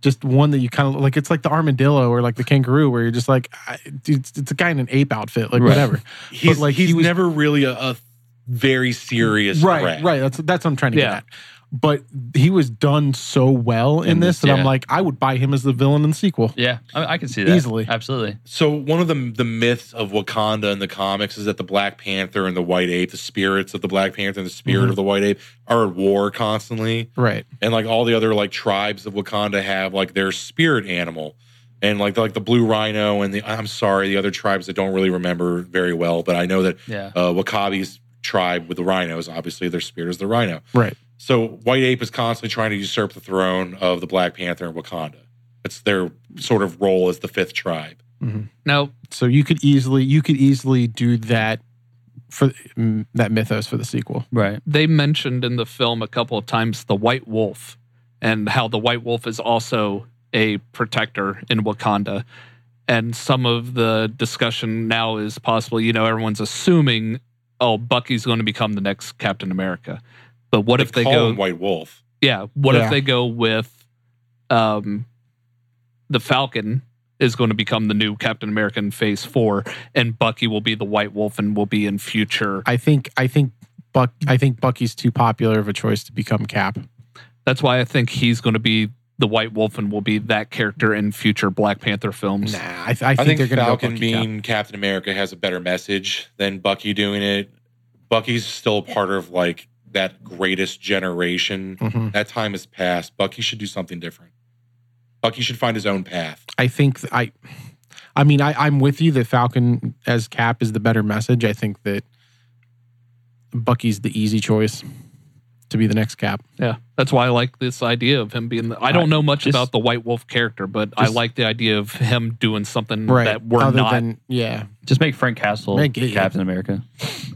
S3: just one that you kind of like. It's like the armadillo or like the kangaroo, where you're just like, I, dude, it's a guy in an ape outfit, like
S2: Right.
S3: whatever.
S1: He's
S3: like,
S1: like
S3: he
S1: he's
S3: was-
S1: never really a, a very serious
S3: right,
S1: threat.
S3: right. That's that's what I'm trying to
S4: Yeah.
S3: get at. But he was done so well in
S2: In
S3: this
S2: this,
S3: that
S2: yeah.
S3: I'm like, I would buy him as the villain in the sequel.
S2: Yeah, I, I can see that
S3: Easily.
S2: Absolutely.
S1: So one of the the myths of Wakanda in the comics is that the Black Panther and the White Ape, the spirits of the Black Panther and the spirit
S3: Mhm.
S1: of the White Ape, are at war constantly,
S3: Right.
S1: and like all the other like tribes of Wakanda have like their spirit animal, and like the, like the blue rhino and the I'm sorry the other tribes that don't really remember very well, but I know that
S2: Yeah.
S1: uh, Wakabi's tribe with the rhinos, obviously their spirit is the rhino.
S3: Right.
S1: So White Ape is constantly trying to usurp the throne of the Black Panther and Wakanda. That's their sort of role as the fifth tribe.
S4: Now,
S3: So you could easily you could easily do that for mm, that mythos for the sequel.
S2: Right.
S4: they mentioned in the film a couple of times the white wolf and how the white wolf is also a protector in Wakanda. And some of the discussion now is possible, you know, everyone's assuming, oh, Bucky's going to become the next Captain America. But what if they
S1: call
S4: go
S1: him White Wolf?
S4: Yeah. What
S3: Yeah.
S4: if they go with um the Falcon is going to become the new Captain America in phase four, and Bucky will be the White Wolf and will be in future.
S3: I think I think Buck I think Bucky's too popular of a choice to become Cap.
S4: That's why I think he's going to be the White Wolf and will be that character in future Black Panther films.
S3: Nah, I, th- I
S1: I
S3: think,
S1: think,
S3: they're going to go
S1: Falcon
S3: Bucky Cap.
S1: being Captain America has a better message than Bucky doing it. Bucky's still part of like that greatest generation.
S3: Mhm.
S1: That time has passed. Bucky should do something different. Bucky should find his own path.
S3: I think th- I, I mean I I'm with you that Falcon as Cap is the better message. I think that Bucky's the easy choice to be the next Cap.
S4: Yeah, that's why I like this idea of him being. The, I don't know much
S2: Just-
S4: about the White Wolf character, but I
S2: just-
S4: like the idea of him doing something
S3: Right.
S4: Mm-hmm. that we're
S3: Other
S4: not.
S3: than yeah,
S2: Just make Frank Castle
S3: Make it-
S2: Captain America.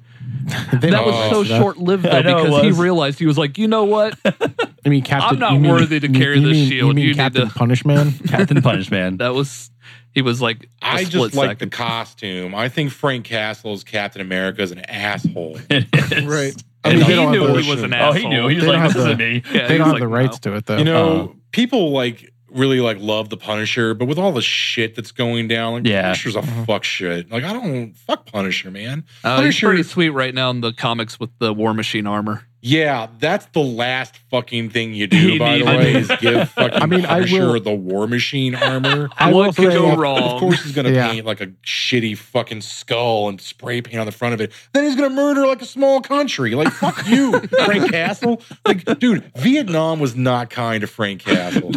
S3: They
S4: that
S3: don't
S1: Oh.
S4: was so
S3: do that.
S4: short lived
S2: I
S4: though,
S2: know it
S4: because he
S2: was.
S4: realized he was like, you know what,
S3: I mean, Captain.
S4: not
S3: you mean-
S4: worthy to
S3: you mean-
S4: carry
S3: you
S4: this
S3: mean- You
S4: shield.
S3: mean
S4: You need
S3: Captain
S4: to-
S3: Punishman?
S2: Captain Punish Man.
S4: that was. He was like, a
S1: I
S4: split
S1: just like
S4: second.
S1: the costume. I think Frank Castle's Captain America is an asshole.
S3: right.
S1: I mean,
S4: and
S1: they
S4: he
S1: don't have
S4: knew
S1: the-
S4: he was an
S2: Oh,
S4: asshole.
S2: he knew. He was
S3: They don't
S2: like,
S3: have
S2: "This
S3: the-
S2: isn't me."
S4: Yeah,
S3: they
S4: he
S3: don't
S4: was
S3: have the
S4: like,
S3: rights
S4: no.
S3: to it though.
S1: You know,
S2: Uh-huh.
S1: people like really like love the Punisher, but with all the shit that's going down, like
S2: Yeah.
S1: Punisher's a
S3: Mhm.
S1: fuck shit. Like I don't fuck Punisher, man.
S4: Uh, he's
S1: Punisher-
S4: pretty sweet right now in the comics with the War Machine armor.
S1: Yeah, that's the last fucking thing you do.
S4: He
S1: by the
S4: needed
S1: way,
S4: it.
S1: is give fucking
S3: I mean, I
S1: Punisher
S3: will-
S1: the War Machine armor.
S3: I will
S4: what could
S3: say-
S4: go
S1: Of
S4: wrong?
S1: course, he's gonna
S3: Yeah.
S1: paint like a shitty fucking skull and spray paint on the front of it. Then he's gonna murder like a small country. Like fuck you, Frank Castle. Like, dude, Vietnam was not kind to Frank Castle.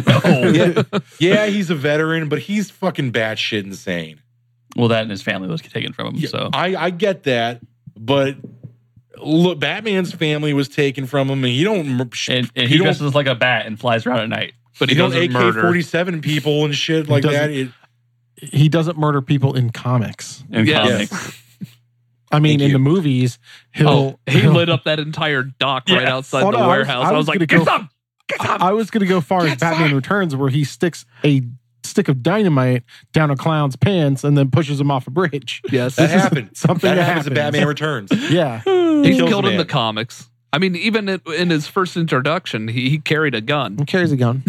S1: yeah, yeah, he's a veteran, but he's fucking batshit insane.
S2: Well, that and his family was taken from him.
S1: Yeah,
S2: So
S1: I, I get that, but look, Batman's family was taken from him, and he don't
S2: and, and
S1: he
S2: he
S1: don't
S2: dresses like a bat and flies around at night.
S4: But
S1: he
S4: he
S1: don't
S4: doesn't
S1: AK
S4: murder.
S1: forty seven people and shit like
S3: Doesn't-
S1: that. It-
S3: he doesn't murder people in comics.
S2: In
S4: Yes.
S2: comics.
S3: I mean,
S1: Thank
S3: in
S1: you.
S3: the movies, he'll.
S4: Oh, he
S3: he'll-
S4: lit up that entire dock right
S2: Yeah.
S4: outside
S3: Oh,
S4: the
S3: no, I was-
S4: warehouse.
S3: I
S4: I was,
S3: was gonna
S4: like,
S3: go-
S4: get some.
S3: I was going to go far as
S1: Get
S3: Batman
S1: fucked!
S3: Returns, where he sticks a stick of dynamite down a clown's pants and then pushes him off a bridge.
S4: Yes.
S1: that
S3: This is
S1: happened.
S3: something
S1: that
S3: that
S1: happens in
S3: happens.
S1: Batman Returns.
S3: Yeah,
S4: He's
S1: kills a
S4: killed in
S1: man.
S4: the comics. I mean, even in, in his first introduction, he, he carried a gun.
S3: he carries a gun.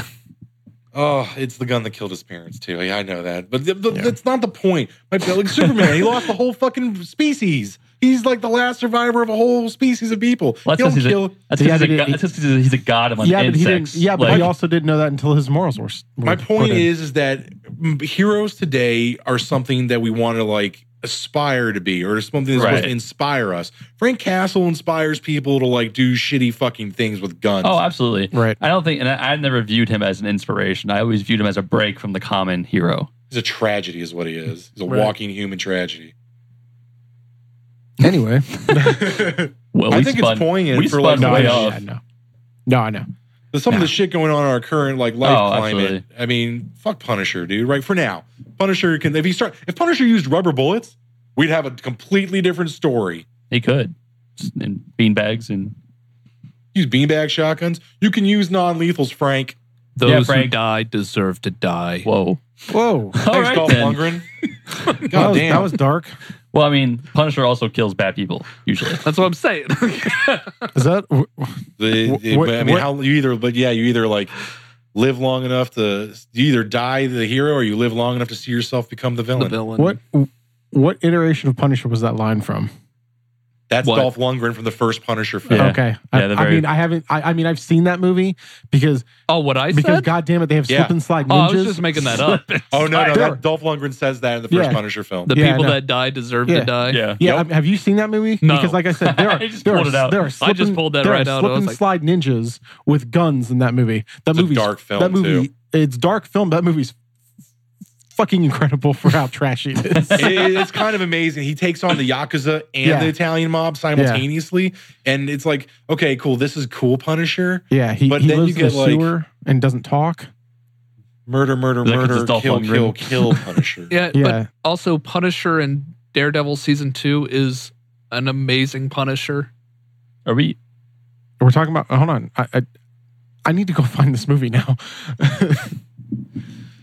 S1: Oh, it's the gun that killed his parents too. Yeah, I know that, but th- th-
S3: Yeah.
S1: that's not the point. My like Superman, he lost the whole fucking species. He's like the last survivor of a whole species of people.
S2: Well, that's
S1: he don't
S2: because he's a-
S1: kill.
S2: That's
S3: Yeah,
S2: because he's,
S3: but
S2: a
S3: it-
S2: go- that's 'cause he's a- he's a god among
S3: Yeah, but he didn't.
S2: insects.
S3: Yeah, but
S2: Like,
S3: he also didn't know that until his morals were. s- were
S1: My point
S3: put in.
S1: is, is that mm, heroes today are something that we want to like aspire to be, or something that's supposed
S2: Right.
S1: to inspire us. Frank Castle inspires people to like do shitty fucking things with guns.
S2: oh, absolutely.
S3: right.
S2: I don't think, and I, I never viewed him as an inspiration. I always viewed him as a break from the common hero.
S1: He's a tragedy, is what he is. He's a
S3: Right.
S1: walking human tragedy.
S3: Anyway,
S2: Well,
S1: I
S2: we
S1: think
S2: spun,
S1: it's poignant
S2: we
S1: for
S2: spun
S1: like
S3: no,
S2: way
S3: I
S1: way
S3: know,
S2: off.
S3: yeah, I know. No, I know.
S1: There's some of the shit going on in our current like life
S2: Oh,
S1: climate.
S2: absolutely.
S1: I mean, fuck Punisher, dude. Right for now, Punisher can if he start if Punisher used rubber bullets, we'd have a completely different story.
S2: He could. and beanbags and
S1: Use beanbag shotguns. You can use non-lethals, Frank.
S4: Those
S2: Yeah,
S4: who
S2: Frank.
S4: die deserve to die.
S2: whoa.
S3: Whoa.
S2: All
S1: Thanks,
S2: right
S1: Dolph
S2: then.
S1: Lundgren.
S3: that, was,
S1: damn.
S3: that was dark.
S2: Well, I mean, Punisher also kills bad people usually.
S4: That's what I'm saying.
S3: Is that
S1: The, the-
S3: What-
S1: but, I mean,
S3: what-
S1: how you either, but yeah, you either like live long enough to you either die the hero or you live long enough to see yourself become the
S4: the
S1: villain.
S4: villain.
S3: what? What iteration of Punisher was that line from?
S1: That's
S4: What?
S1: Dolph Lundgren from the first Punisher film.
S2: Yeah.
S3: Okay,
S2: Yeah,
S3: I,
S2: the
S3: I
S2: very-
S3: mean, I haven't. I, I mean, I've seen that movie because
S4: Oh, what I
S3: because
S4: said?
S3: God damn it, they have
S1: Yeah.
S3: slip and slide
S4: Oh,
S3: ninjas.
S4: I was just making that up.
S1: Oh no, no,
S3: Sure.
S1: that, Dolph Lundgren says that in the first
S3: Yeah.
S1: Punisher film.
S4: The
S3: Yeah, I
S4: people
S3: know.
S4: that die deserve
S3: Yeah.
S4: to die.
S2: Yeah.
S3: yeah,
S1: Yep.
S3: I mean, have you seen that movie?
S4: No.
S3: Because, like I said, there are
S2: I just
S3: there
S2: pulled
S3: are,
S2: it out.
S3: there are
S4: I
S3: slip
S4: just
S3: and-
S4: pulled that
S3: there are
S4: right out. I
S3: Slip
S4: was
S3: and
S4: like-
S3: slide ninjas with guns in that movie. That
S1: It's a
S3: movie,
S1: dark film,
S3: That movie,
S1: too.
S3: it's dark film. That movie's fucking incredible for how trashy it is.
S1: It- it- it's kind of amazing. He takes on the Yakuza and
S3: Yeah.
S1: the Italian mob simultaneously. And it's like, okay, cool. This is cool Punisher.
S3: yeah, he,
S1: But
S3: he
S1: then
S3: lives
S1: you
S3: in a
S1: get, like-
S3: sewer and doesn't talk.
S1: Murder, murder,
S2: Is that 'cause
S1: murder,
S2: it's Dolph
S1: kill, kill,
S2: Lundgren?
S1: kill Punisher.
S4: Yeah,
S3: Yeah.
S4: but also Punisher and Daredevil season two is an amazing Punisher.
S2: Are we
S3: We're talking about. Hold on, I I, I need to go find this movie now because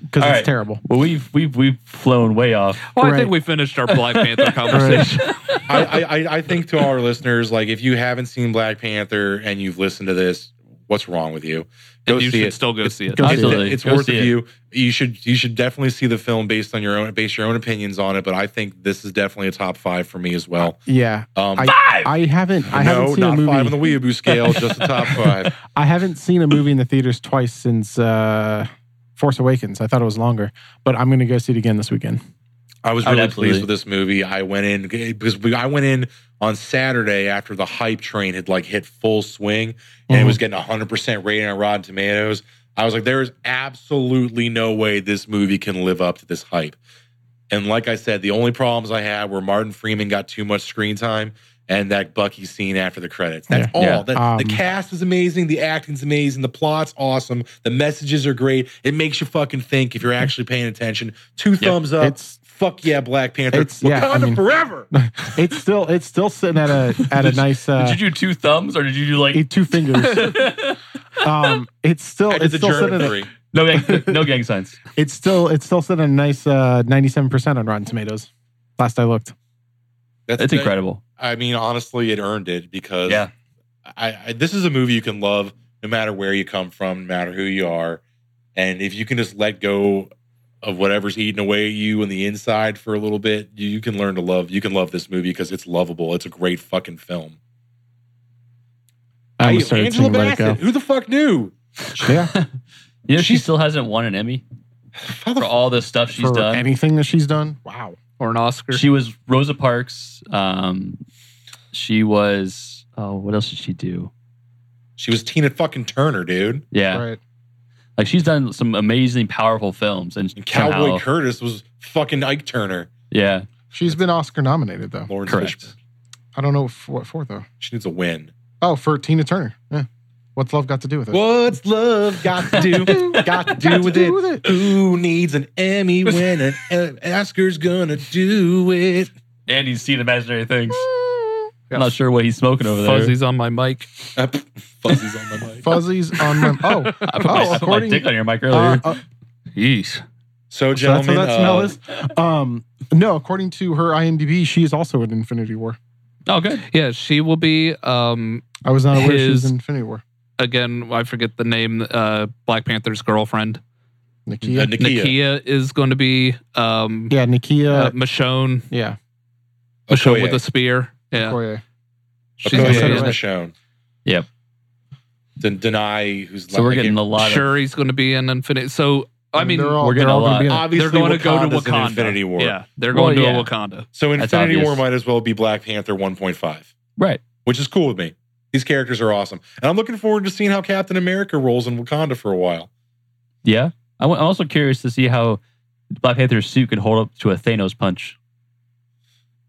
S3: it's
S2: All right.
S3: terrible.
S2: well we've we've we've flown way off.
S4: Well, I
S3: Right.
S4: think we finished our Black Panther conversation.
S1: I, I, I- I think to our listeners, like if you haven't seen Black Panther and you've listened to this, what's wrong with you? Go
S4: and you
S1: see
S4: should
S1: it.
S4: still go see it.
S3: Go see
S1: It's-
S2: Absolutely.
S1: It's,
S2: Go
S1: worth a
S2: see it.
S1: view. You should you should definitely see the film based on your own base your own opinions on it. But I think this is definitely a top five for me as well.
S3: Yeah,
S1: Um,
S3: I I haven't I
S1: no,
S3: haven't seen a
S1: not
S3: movie.
S1: five on the Weeaboo scale, just the top five.
S3: I haven't seen a movie in the theaters twice since uh, Force Awakens. I thought it was longer, but I'm going to go see it again this weekend.
S1: I was
S2: I would
S1: really
S2: absolutely-
S1: pleased with this movie. I went in because we, I went in on Saturday after the hype train had like hit full swing and it was
S3: Mm-hmm.
S1: getting 100% rating on Rotten Tomatoes. I was like, there is absolutely no way this movie can live up to this hype. And like I said, the only problems I had were Martin Freeman got too much screen time and that Bucky scene after the credits. That's
S3: Yeah.
S1: all.
S2: Yeah.
S1: That, the
S3: Um,
S1: cast is amazing. The acting's amazing. The plot's awesome. The messages are great. It makes you fucking think if you're actually paying attention. Two thumbs
S2: Uh,
S1: up.
S3: It's-
S1: fuck yeah, Black Panther.
S3: It's- yeah, I
S1: Wakanda
S3: mean-
S1: forever.
S3: It's still it's still sitting at a at a
S2: Did you-
S3: nice uh,
S2: did you do two thumbs or did you do like
S3: eight- two fingers. Um, it's still
S1: I did
S3: it's
S1: the
S3: still sitting
S1: German
S3: at a,
S1: three.
S2: no gang, no gang signs?
S3: it's still it's still sitting at a nice ninety seven percent on Rotten Tomatoes. Last I looked,
S2: That's incredible.
S1: I mean, honestly, it earned it because
S2: Yeah.
S1: I, I this is a movie you can love no matter where you come from, no matter who you are, and if you can just let go of whatever's eating away at you on the inside for a little bit, you, you can learn to love. You can love this movie because it's lovable. It's a great fucking film.
S3: I
S1: Hey,
S3: almost started
S1: Angela
S3: singing Let It
S1: Bassett,
S3: Go.
S1: who the fuck knew?
S3: Yeah,
S2: You know, she
S1: She's-
S2: still hasn't won an Emmy
S1: How the
S2: for
S1: f-
S2: all this stuff she's
S3: for
S2: done.
S3: anything that she's done. Wow.
S4: or an Oscar.
S2: She was Rosa Parks. Um, she was. Oh, what else did she do?
S1: she was Tina fucking Turner, dude.
S2: Yeah,
S3: Right.
S2: like she's done some amazing, powerful films, and,
S1: And Cowboy
S2: somehow-
S1: Curtis was fucking Ike Turner.
S2: yeah,
S3: She's been Oscar nominated though.
S1: Lawrence
S2: Correct.
S1: Fishburne.
S3: I don't know for, what for though.
S1: She needs a win.
S3: Oh, for Tina Turner. Yeah. What's love got to do with it?
S1: What's love got to do? got to do with it. Who needs an Emmy when an uh, Oscar's gonna do it?
S2: and he's seen imaginary things. I'm not sure what he's smoking over there.
S4: Fuzzies on my mic.
S1: Uh, Fuzzies on my mic.
S3: Fuzzies on my. Oh,
S2: I put
S3: Oh,
S2: my, my
S3: according-
S2: dick on your mic
S3: uh,
S2: earlier.
S3: uh,
S4: Yeesh.
S1: So,
S3: so that's
S1: gentlemen,
S3: what that smell
S1: uh,
S3: is. Um, no, according to her IMDb, she is also in Infinity War.
S2: oh, good.
S4: Yeah, she will be. Um,
S3: I was not aware she was
S4: His-
S3: in Infinity War.
S4: again, I forget the name. Uh, Black Panther's girlfriend,
S1: uh,
S3: Nakia.
S1: Nakia.
S4: Nakia, is going to be. Um,
S3: yeah, Nakia.
S4: uh, Michonne,
S3: yeah.
S4: Michonne
S1: Okoye.
S4: with a spear. Yeah,
S3: Okoye.
S4: she's
S1: Okoye
S4: gonna
S3: I
S1: is
S3: said
S4: be
S3: it
S4: in
S3: right.
S4: it.
S1: Michonne.
S2: Yep.
S1: Den- Denai, who's
S2: So we're
S1: like-
S2: getting a lot. Of,
S4: Shuri's going to be in Infinity. So I
S3: And
S4: mean,
S3: they're all,
S2: we're
S3: they're
S2: getting
S3: all
S2: a
S3: gonna be in it.
S1: obviously
S4: they're going to go to
S1: Wakanda's in
S4: Wakanda.
S1: Infinity War.
S4: Yeah, they're
S2: Well,
S4: going to
S2: yeah.
S4: a Wakanda.
S1: So
S2: That's
S1: Infinity War
S2: obvious.
S1: might as well be Black Panther 1.5.
S2: right.
S1: which is cool with me. These characters are awesome, and I'm looking forward to seeing how Captain America rolls in Wakanda for a while.
S2: Yeah. I w- I'm also curious to see how Black Panther's suit can hold up to a Thanos punch.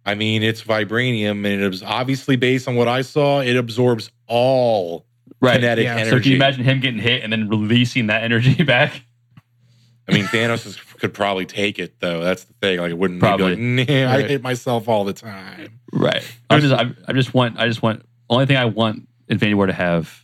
S1: I mean, it's vibranium, and it is obviously based on what I saw. It absorbs all kinetic
S3: Yeah. So
S1: energy.
S2: So can you imagine him getting hit and then releasing that energy back?
S1: I mean, Thanos is, could probably take it though. That's the thing. Like, it wouldn't
S2: Probably.
S1: Be like, nah, I
S3: Right.
S1: hate myself all the time.
S2: Right. I just, I, I just want, I just want. Only thing I want Infinity War to have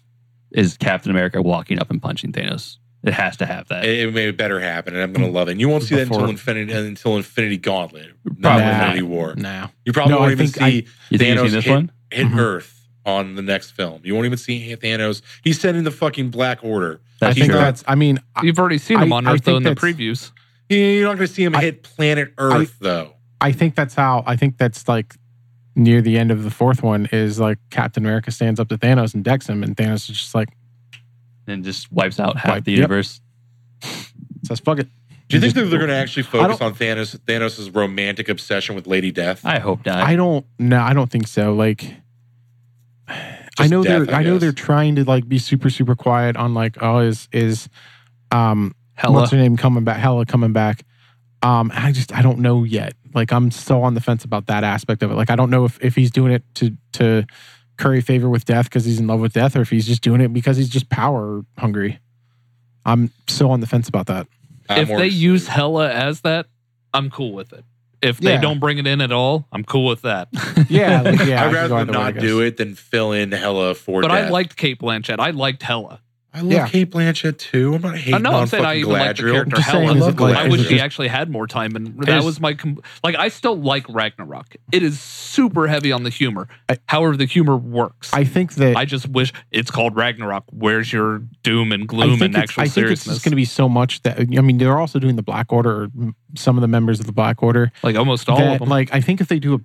S2: is Captain America walking up and punching Thanos. It has to have that.
S1: It, it may better happen, and I'm gonna love it. And you won't see that until
S3: Before-
S1: Infinity until Infinity Gauntlet, not
S2: Probably
S3: not.
S1: Infinity War.
S3: Now,
S1: You probably
S3: No,
S1: won't
S3: I
S1: even
S3: think I-
S1: see
S2: you think you've seen this
S1: hit,
S2: one?
S1: hit
S3: Mhm.
S1: Earth on the next film. You won't even see Thanos. He's sending the fucking Black Order.
S3: I
S2: That's
S3: think
S2: true.
S3: that's. I mean, I,
S4: You've already seen
S3: I-
S4: him on
S3: I
S4: Earth though
S3: think
S4: in the
S3: that's-
S4: previews.
S1: You're not gonna see him
S3: I-
S1: hit planet Earth though.
S3: I think that's how. I think that's like near the end of the fourth one is like Captain America stands up to Thanos and decks him, and Thanos is just like
S2: and just wipes out half
S3: Wipe-
S2: the
S3: yep.
S2: universe.
S3: says fuck it.
S1: Do you think
S3: Just-
S1: that they're going to actually
S3: I
S1: focus
S3: don't-
S1: on Thanos Thanos' romantic obsession with Lady Death?
S2: I hope not.
S3: I don't. No, I don't think so. Like. I
S1: Just
S3: know
S1: death,
S3: they're.
S1: I
S3: I, know
S1: guess.
S3: they're trying to like be super, super quiet on like, oh, is is, um,
S2: Hella.
S3: what's her name coming back? Hella coming back. Um, I just I don't know yet. Like I'm still on the fence about that aspect of it. Like I don't know if if he's doing it to to curry favor with death because he's in love with death, or if he's just doing it because he's just power hungry. I'm still on the fence about that.
S1: I'm
S4: if
S1: Uh, more
S4: they
S1: excited.
S4: use Hella as that, I'm cool with it. If they
S3: Yeah.
S4: don't bring it in at all, I'm cool with that.
S3: Yeah, like, yeah.
S1: I'd rather them not do it than fill in Hella for
S4: but I
S1: Death.
S4: liked Kate Blanchett. I liked Hella.
S1: I love
S3: Yeah.
S1: Kate Blanchett too. I'm not hating
S4: I know
S1: on
S4: I'm saying I
S1: fucking
S4: even liked the
S1: Galadriel.
S4: character
S3: Just saying,
S4: Hella.
S1: I
S3: is
S1: love
S3: it like-
S4: I
S1: Galadriel.
S4: wish
S3: is it
S4: she
S3: just-
S4: actually had more time, and
S2: It
S4: that
S2: is-
S4: was my com- like. I still like Ragnarok. It is super heavy on the humor. However, the humor works. I,
S3: I think that I,
S4: just wish it's called Ragnarok. Where's your doom and gloom
S3: think
S4: and
S3: it's,
S4: actual
S3: I think it's
S4: seriousness?
S3: just going to be so much that I mean they're also doing the Black Order. Or some of the members of the Black Order
S4: like almost all
S3: that,
S4: of them.
S3: Like I think if they do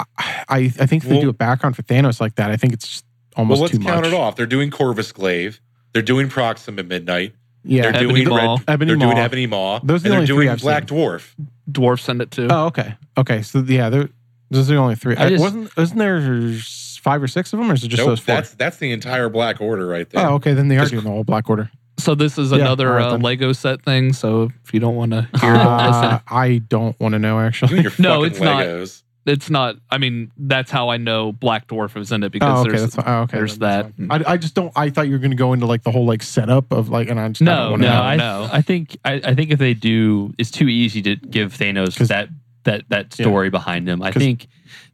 S3: a, I I think if they
S1: Well-
S3: do a background for Thanos like that, I think it's just
S1: Well,
S3: almost
S1: let's
S3: too much.
S1: count it off. They're doing Corvus Glaive. They're doing Proxima Midnight.
S3: Yeah,
S1: They're
S4: Ebony
S1: doing
S4: Maw.
S1: Red.
S3: Ebony
S1: They're
S3: Maw.
S1: doing Ebony Maw.
S3: Those are the
S1: and they're
S3: only three
S1: doing
S3: I've
S1: Black Dwarf.
S4: Dwarf send it too.
S3: Oh, okay, okay. So yeah, there. Those are the only three.
S2: I
S3: I
S2: just-
S3: wasn't wasn't there five or six of them, or is it just
S1: Nope,
S3: those four?
S1: that's that's the entire Black Order right there.
S3: Oh, okay. Then they are
S1: Just-
S3: doing the whole Black Order.
S4: So this is
S3: Yeah,
S4: another
S3: alright
S4: uh,
S3: then.
S4: Lego set thing. So if you don't want to hear, it, don't listen.
S3: Uh, I don't want to know
S1: You
S3: actually.
S1: and your
S4: No,
S1: fucking
S4: it's not.
S1: Legos.
S4: It's not. I mean, that's how I know Black Dwarf is in it because
S3: Oh, okay.
S4: there's
S3: That's oh, okay.
S4: there's
S3: that's
S4: that.
S3: fine. I, I just don't. I thought you were going to go into like the whole like setup of like, and I just I
S4: No,
S3: don't wanna
S2: Oh, no,
S3: know.
S2: I,
S4: no.
S2: I think I, I think if they do, it's too easy to give Thanos
S3: 'Cause-
S2: that that that
S3: Yeah.
S2: story behind him. I
S3: 'Cause-
S2: think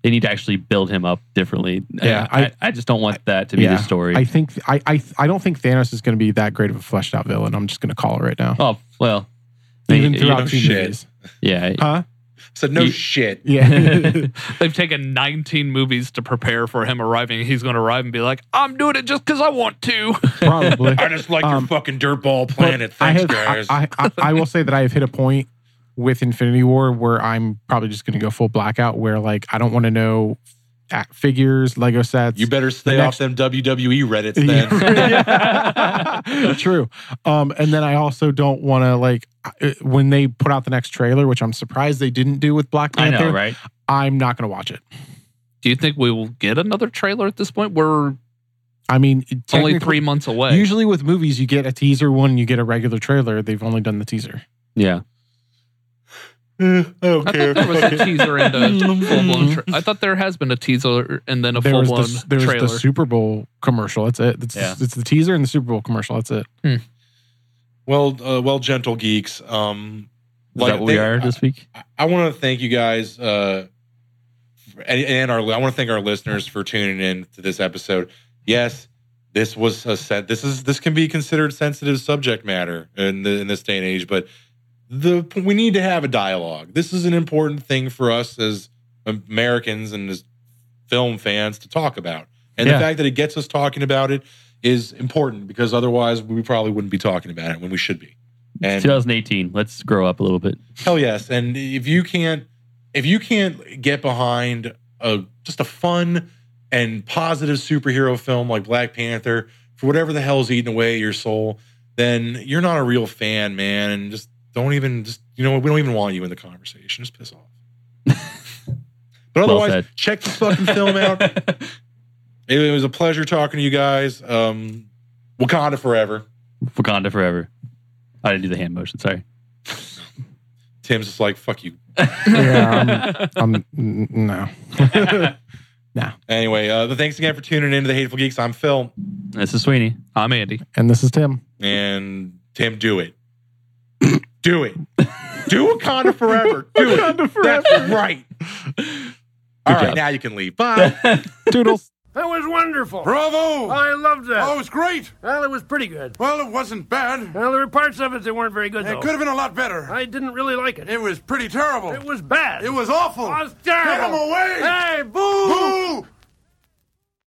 S2: they need to actually build him up differently.
S3: Yeah,
S2: I,
S3: I-
S2: I, I just don't want that to be
S3: yeah,
S2: the story.
S3: I think I, I I don't think Thanos is going to be that great of a fleshed out villain. I'm just going to call it right now.
S2: oh well,
S4: Oh,
S3: Even
S2: you- you
S3: throughout
S1: know
S3: two
S1: shit.
S3: movies,
S2: yeah,
S3: huh?
S1: Said no
S2: You-
S1: shit.
S3: Yeah.
S4: They've taken 19 movies to prepare for him arriving. He's going to arrive and be like, "I'm doing it just because I want to."
S3: Probably.
S1: I just like
S3: Um,
S1: your fucking dirtball
S3: But
S1: planet. Thanks,
S3: I
S1: guys.
S3: have, I, I, I, I will say that I have hit a point with Infinity War where I'm probably just going to go full blackout. Where like I don't want to know act figures, Lego sets.
S1: you better stay
S3: next-
S1: off them WWE Reddits then.
S3: Yeah. True. Um, and then I also don't want to like uh, when they put out the next trailer, which I'm surprised they didn't do with Black
S2: I
S3: Panther.
S2: know, right?
S3: I'm not going to watch it.
S4: Do you think we will get another trailer at this point? We're
S3: I mean, it
S4: only
S3: technically-
S4: three months away.
S3: Usually with movies, you get a teaser one, you get a regular trailer. They've only done the teaser.
S2: Yeah,
S1: Eh, I don't
S4: I
S1: care.
S4: thought there was a
S1: Fuck it.
S4: teaser and a full blown. Tra- I thought there has been a teaser and then a
S3: there
S4: full
S3: was
S4: blown
S3: the, there was
S4: trailer.
S3: the Super Bowl commercial. That's it. It's,
S2: Yeah.
S3: it's the teaser and the Super Bowl commercial. That's it.
S1: Well, uh, well, gentle geeks. Um,
S2: is
S1: Like,
S2: that what we
S1: they-
S2: are this week?
S1: I- I want to thank you guys uh, for- and, and our. I want to thank our listeners for tuning in to this episode. Yes, this was a set. This is this can be considered sensitive subject matter in the, in this day and age, but the we need to have a dialogue. This is an important thing for us as Americans and as film fans to talk about. And
S2: Yeah.
S1: the fact that it gets us talking about it is important because otherwise we probably wouldn't be talking about it when we should be. And
S2: 2018. Let's grow up a little bit.
S1: Hell yes. And if you can't if you can't get behind a just a fun and positive superhero film like Black Panther for whatever the hell's eating away at your soul, then you're not a real fan, man. And just don't even just you know what, we don't even want you in the conversation. Just piss off. but
S2: Well
S1: otherwise,
S2: said.
S1: check this fucking film out. It, it was a pleasure talking to you guys. Um Wakanda forever.
S2: Wakanda forever. I didn't do the hand motion. Sorry.
S1: Tim's just like, fuck you.
S3: Yeah, I'm, I'm n- no.
S1: Anyway, uh, thanks again for tuning in to the Hateful Geeks. I'm Phil.
S2: This is Sweeney.
S4: I'm Andy.
S3: And this is Tim.
S1: and Tim, do it. Do it. Do Wakanda forever. Do it. That's right. All right,
S2: job.
S1: now you can leave. Bye.
S3: Toodles.
S5: That was wonderful.
S6: Bravo!
S5: I loved that.
S6: oh, it was great.
S5: Well, it was pretty good.
S6: Well, it wasn't bad.
S5: Well, there were parts of it that weren't very good,
S6: It
S5: though.
S6: could have been a lot better.
S5: I didn't really like it.
S6: It was pretty terrible.
S5: It was bad.
S6: It was awful.
S5: It was terrible.
S6: Get him away!
S5: Ah,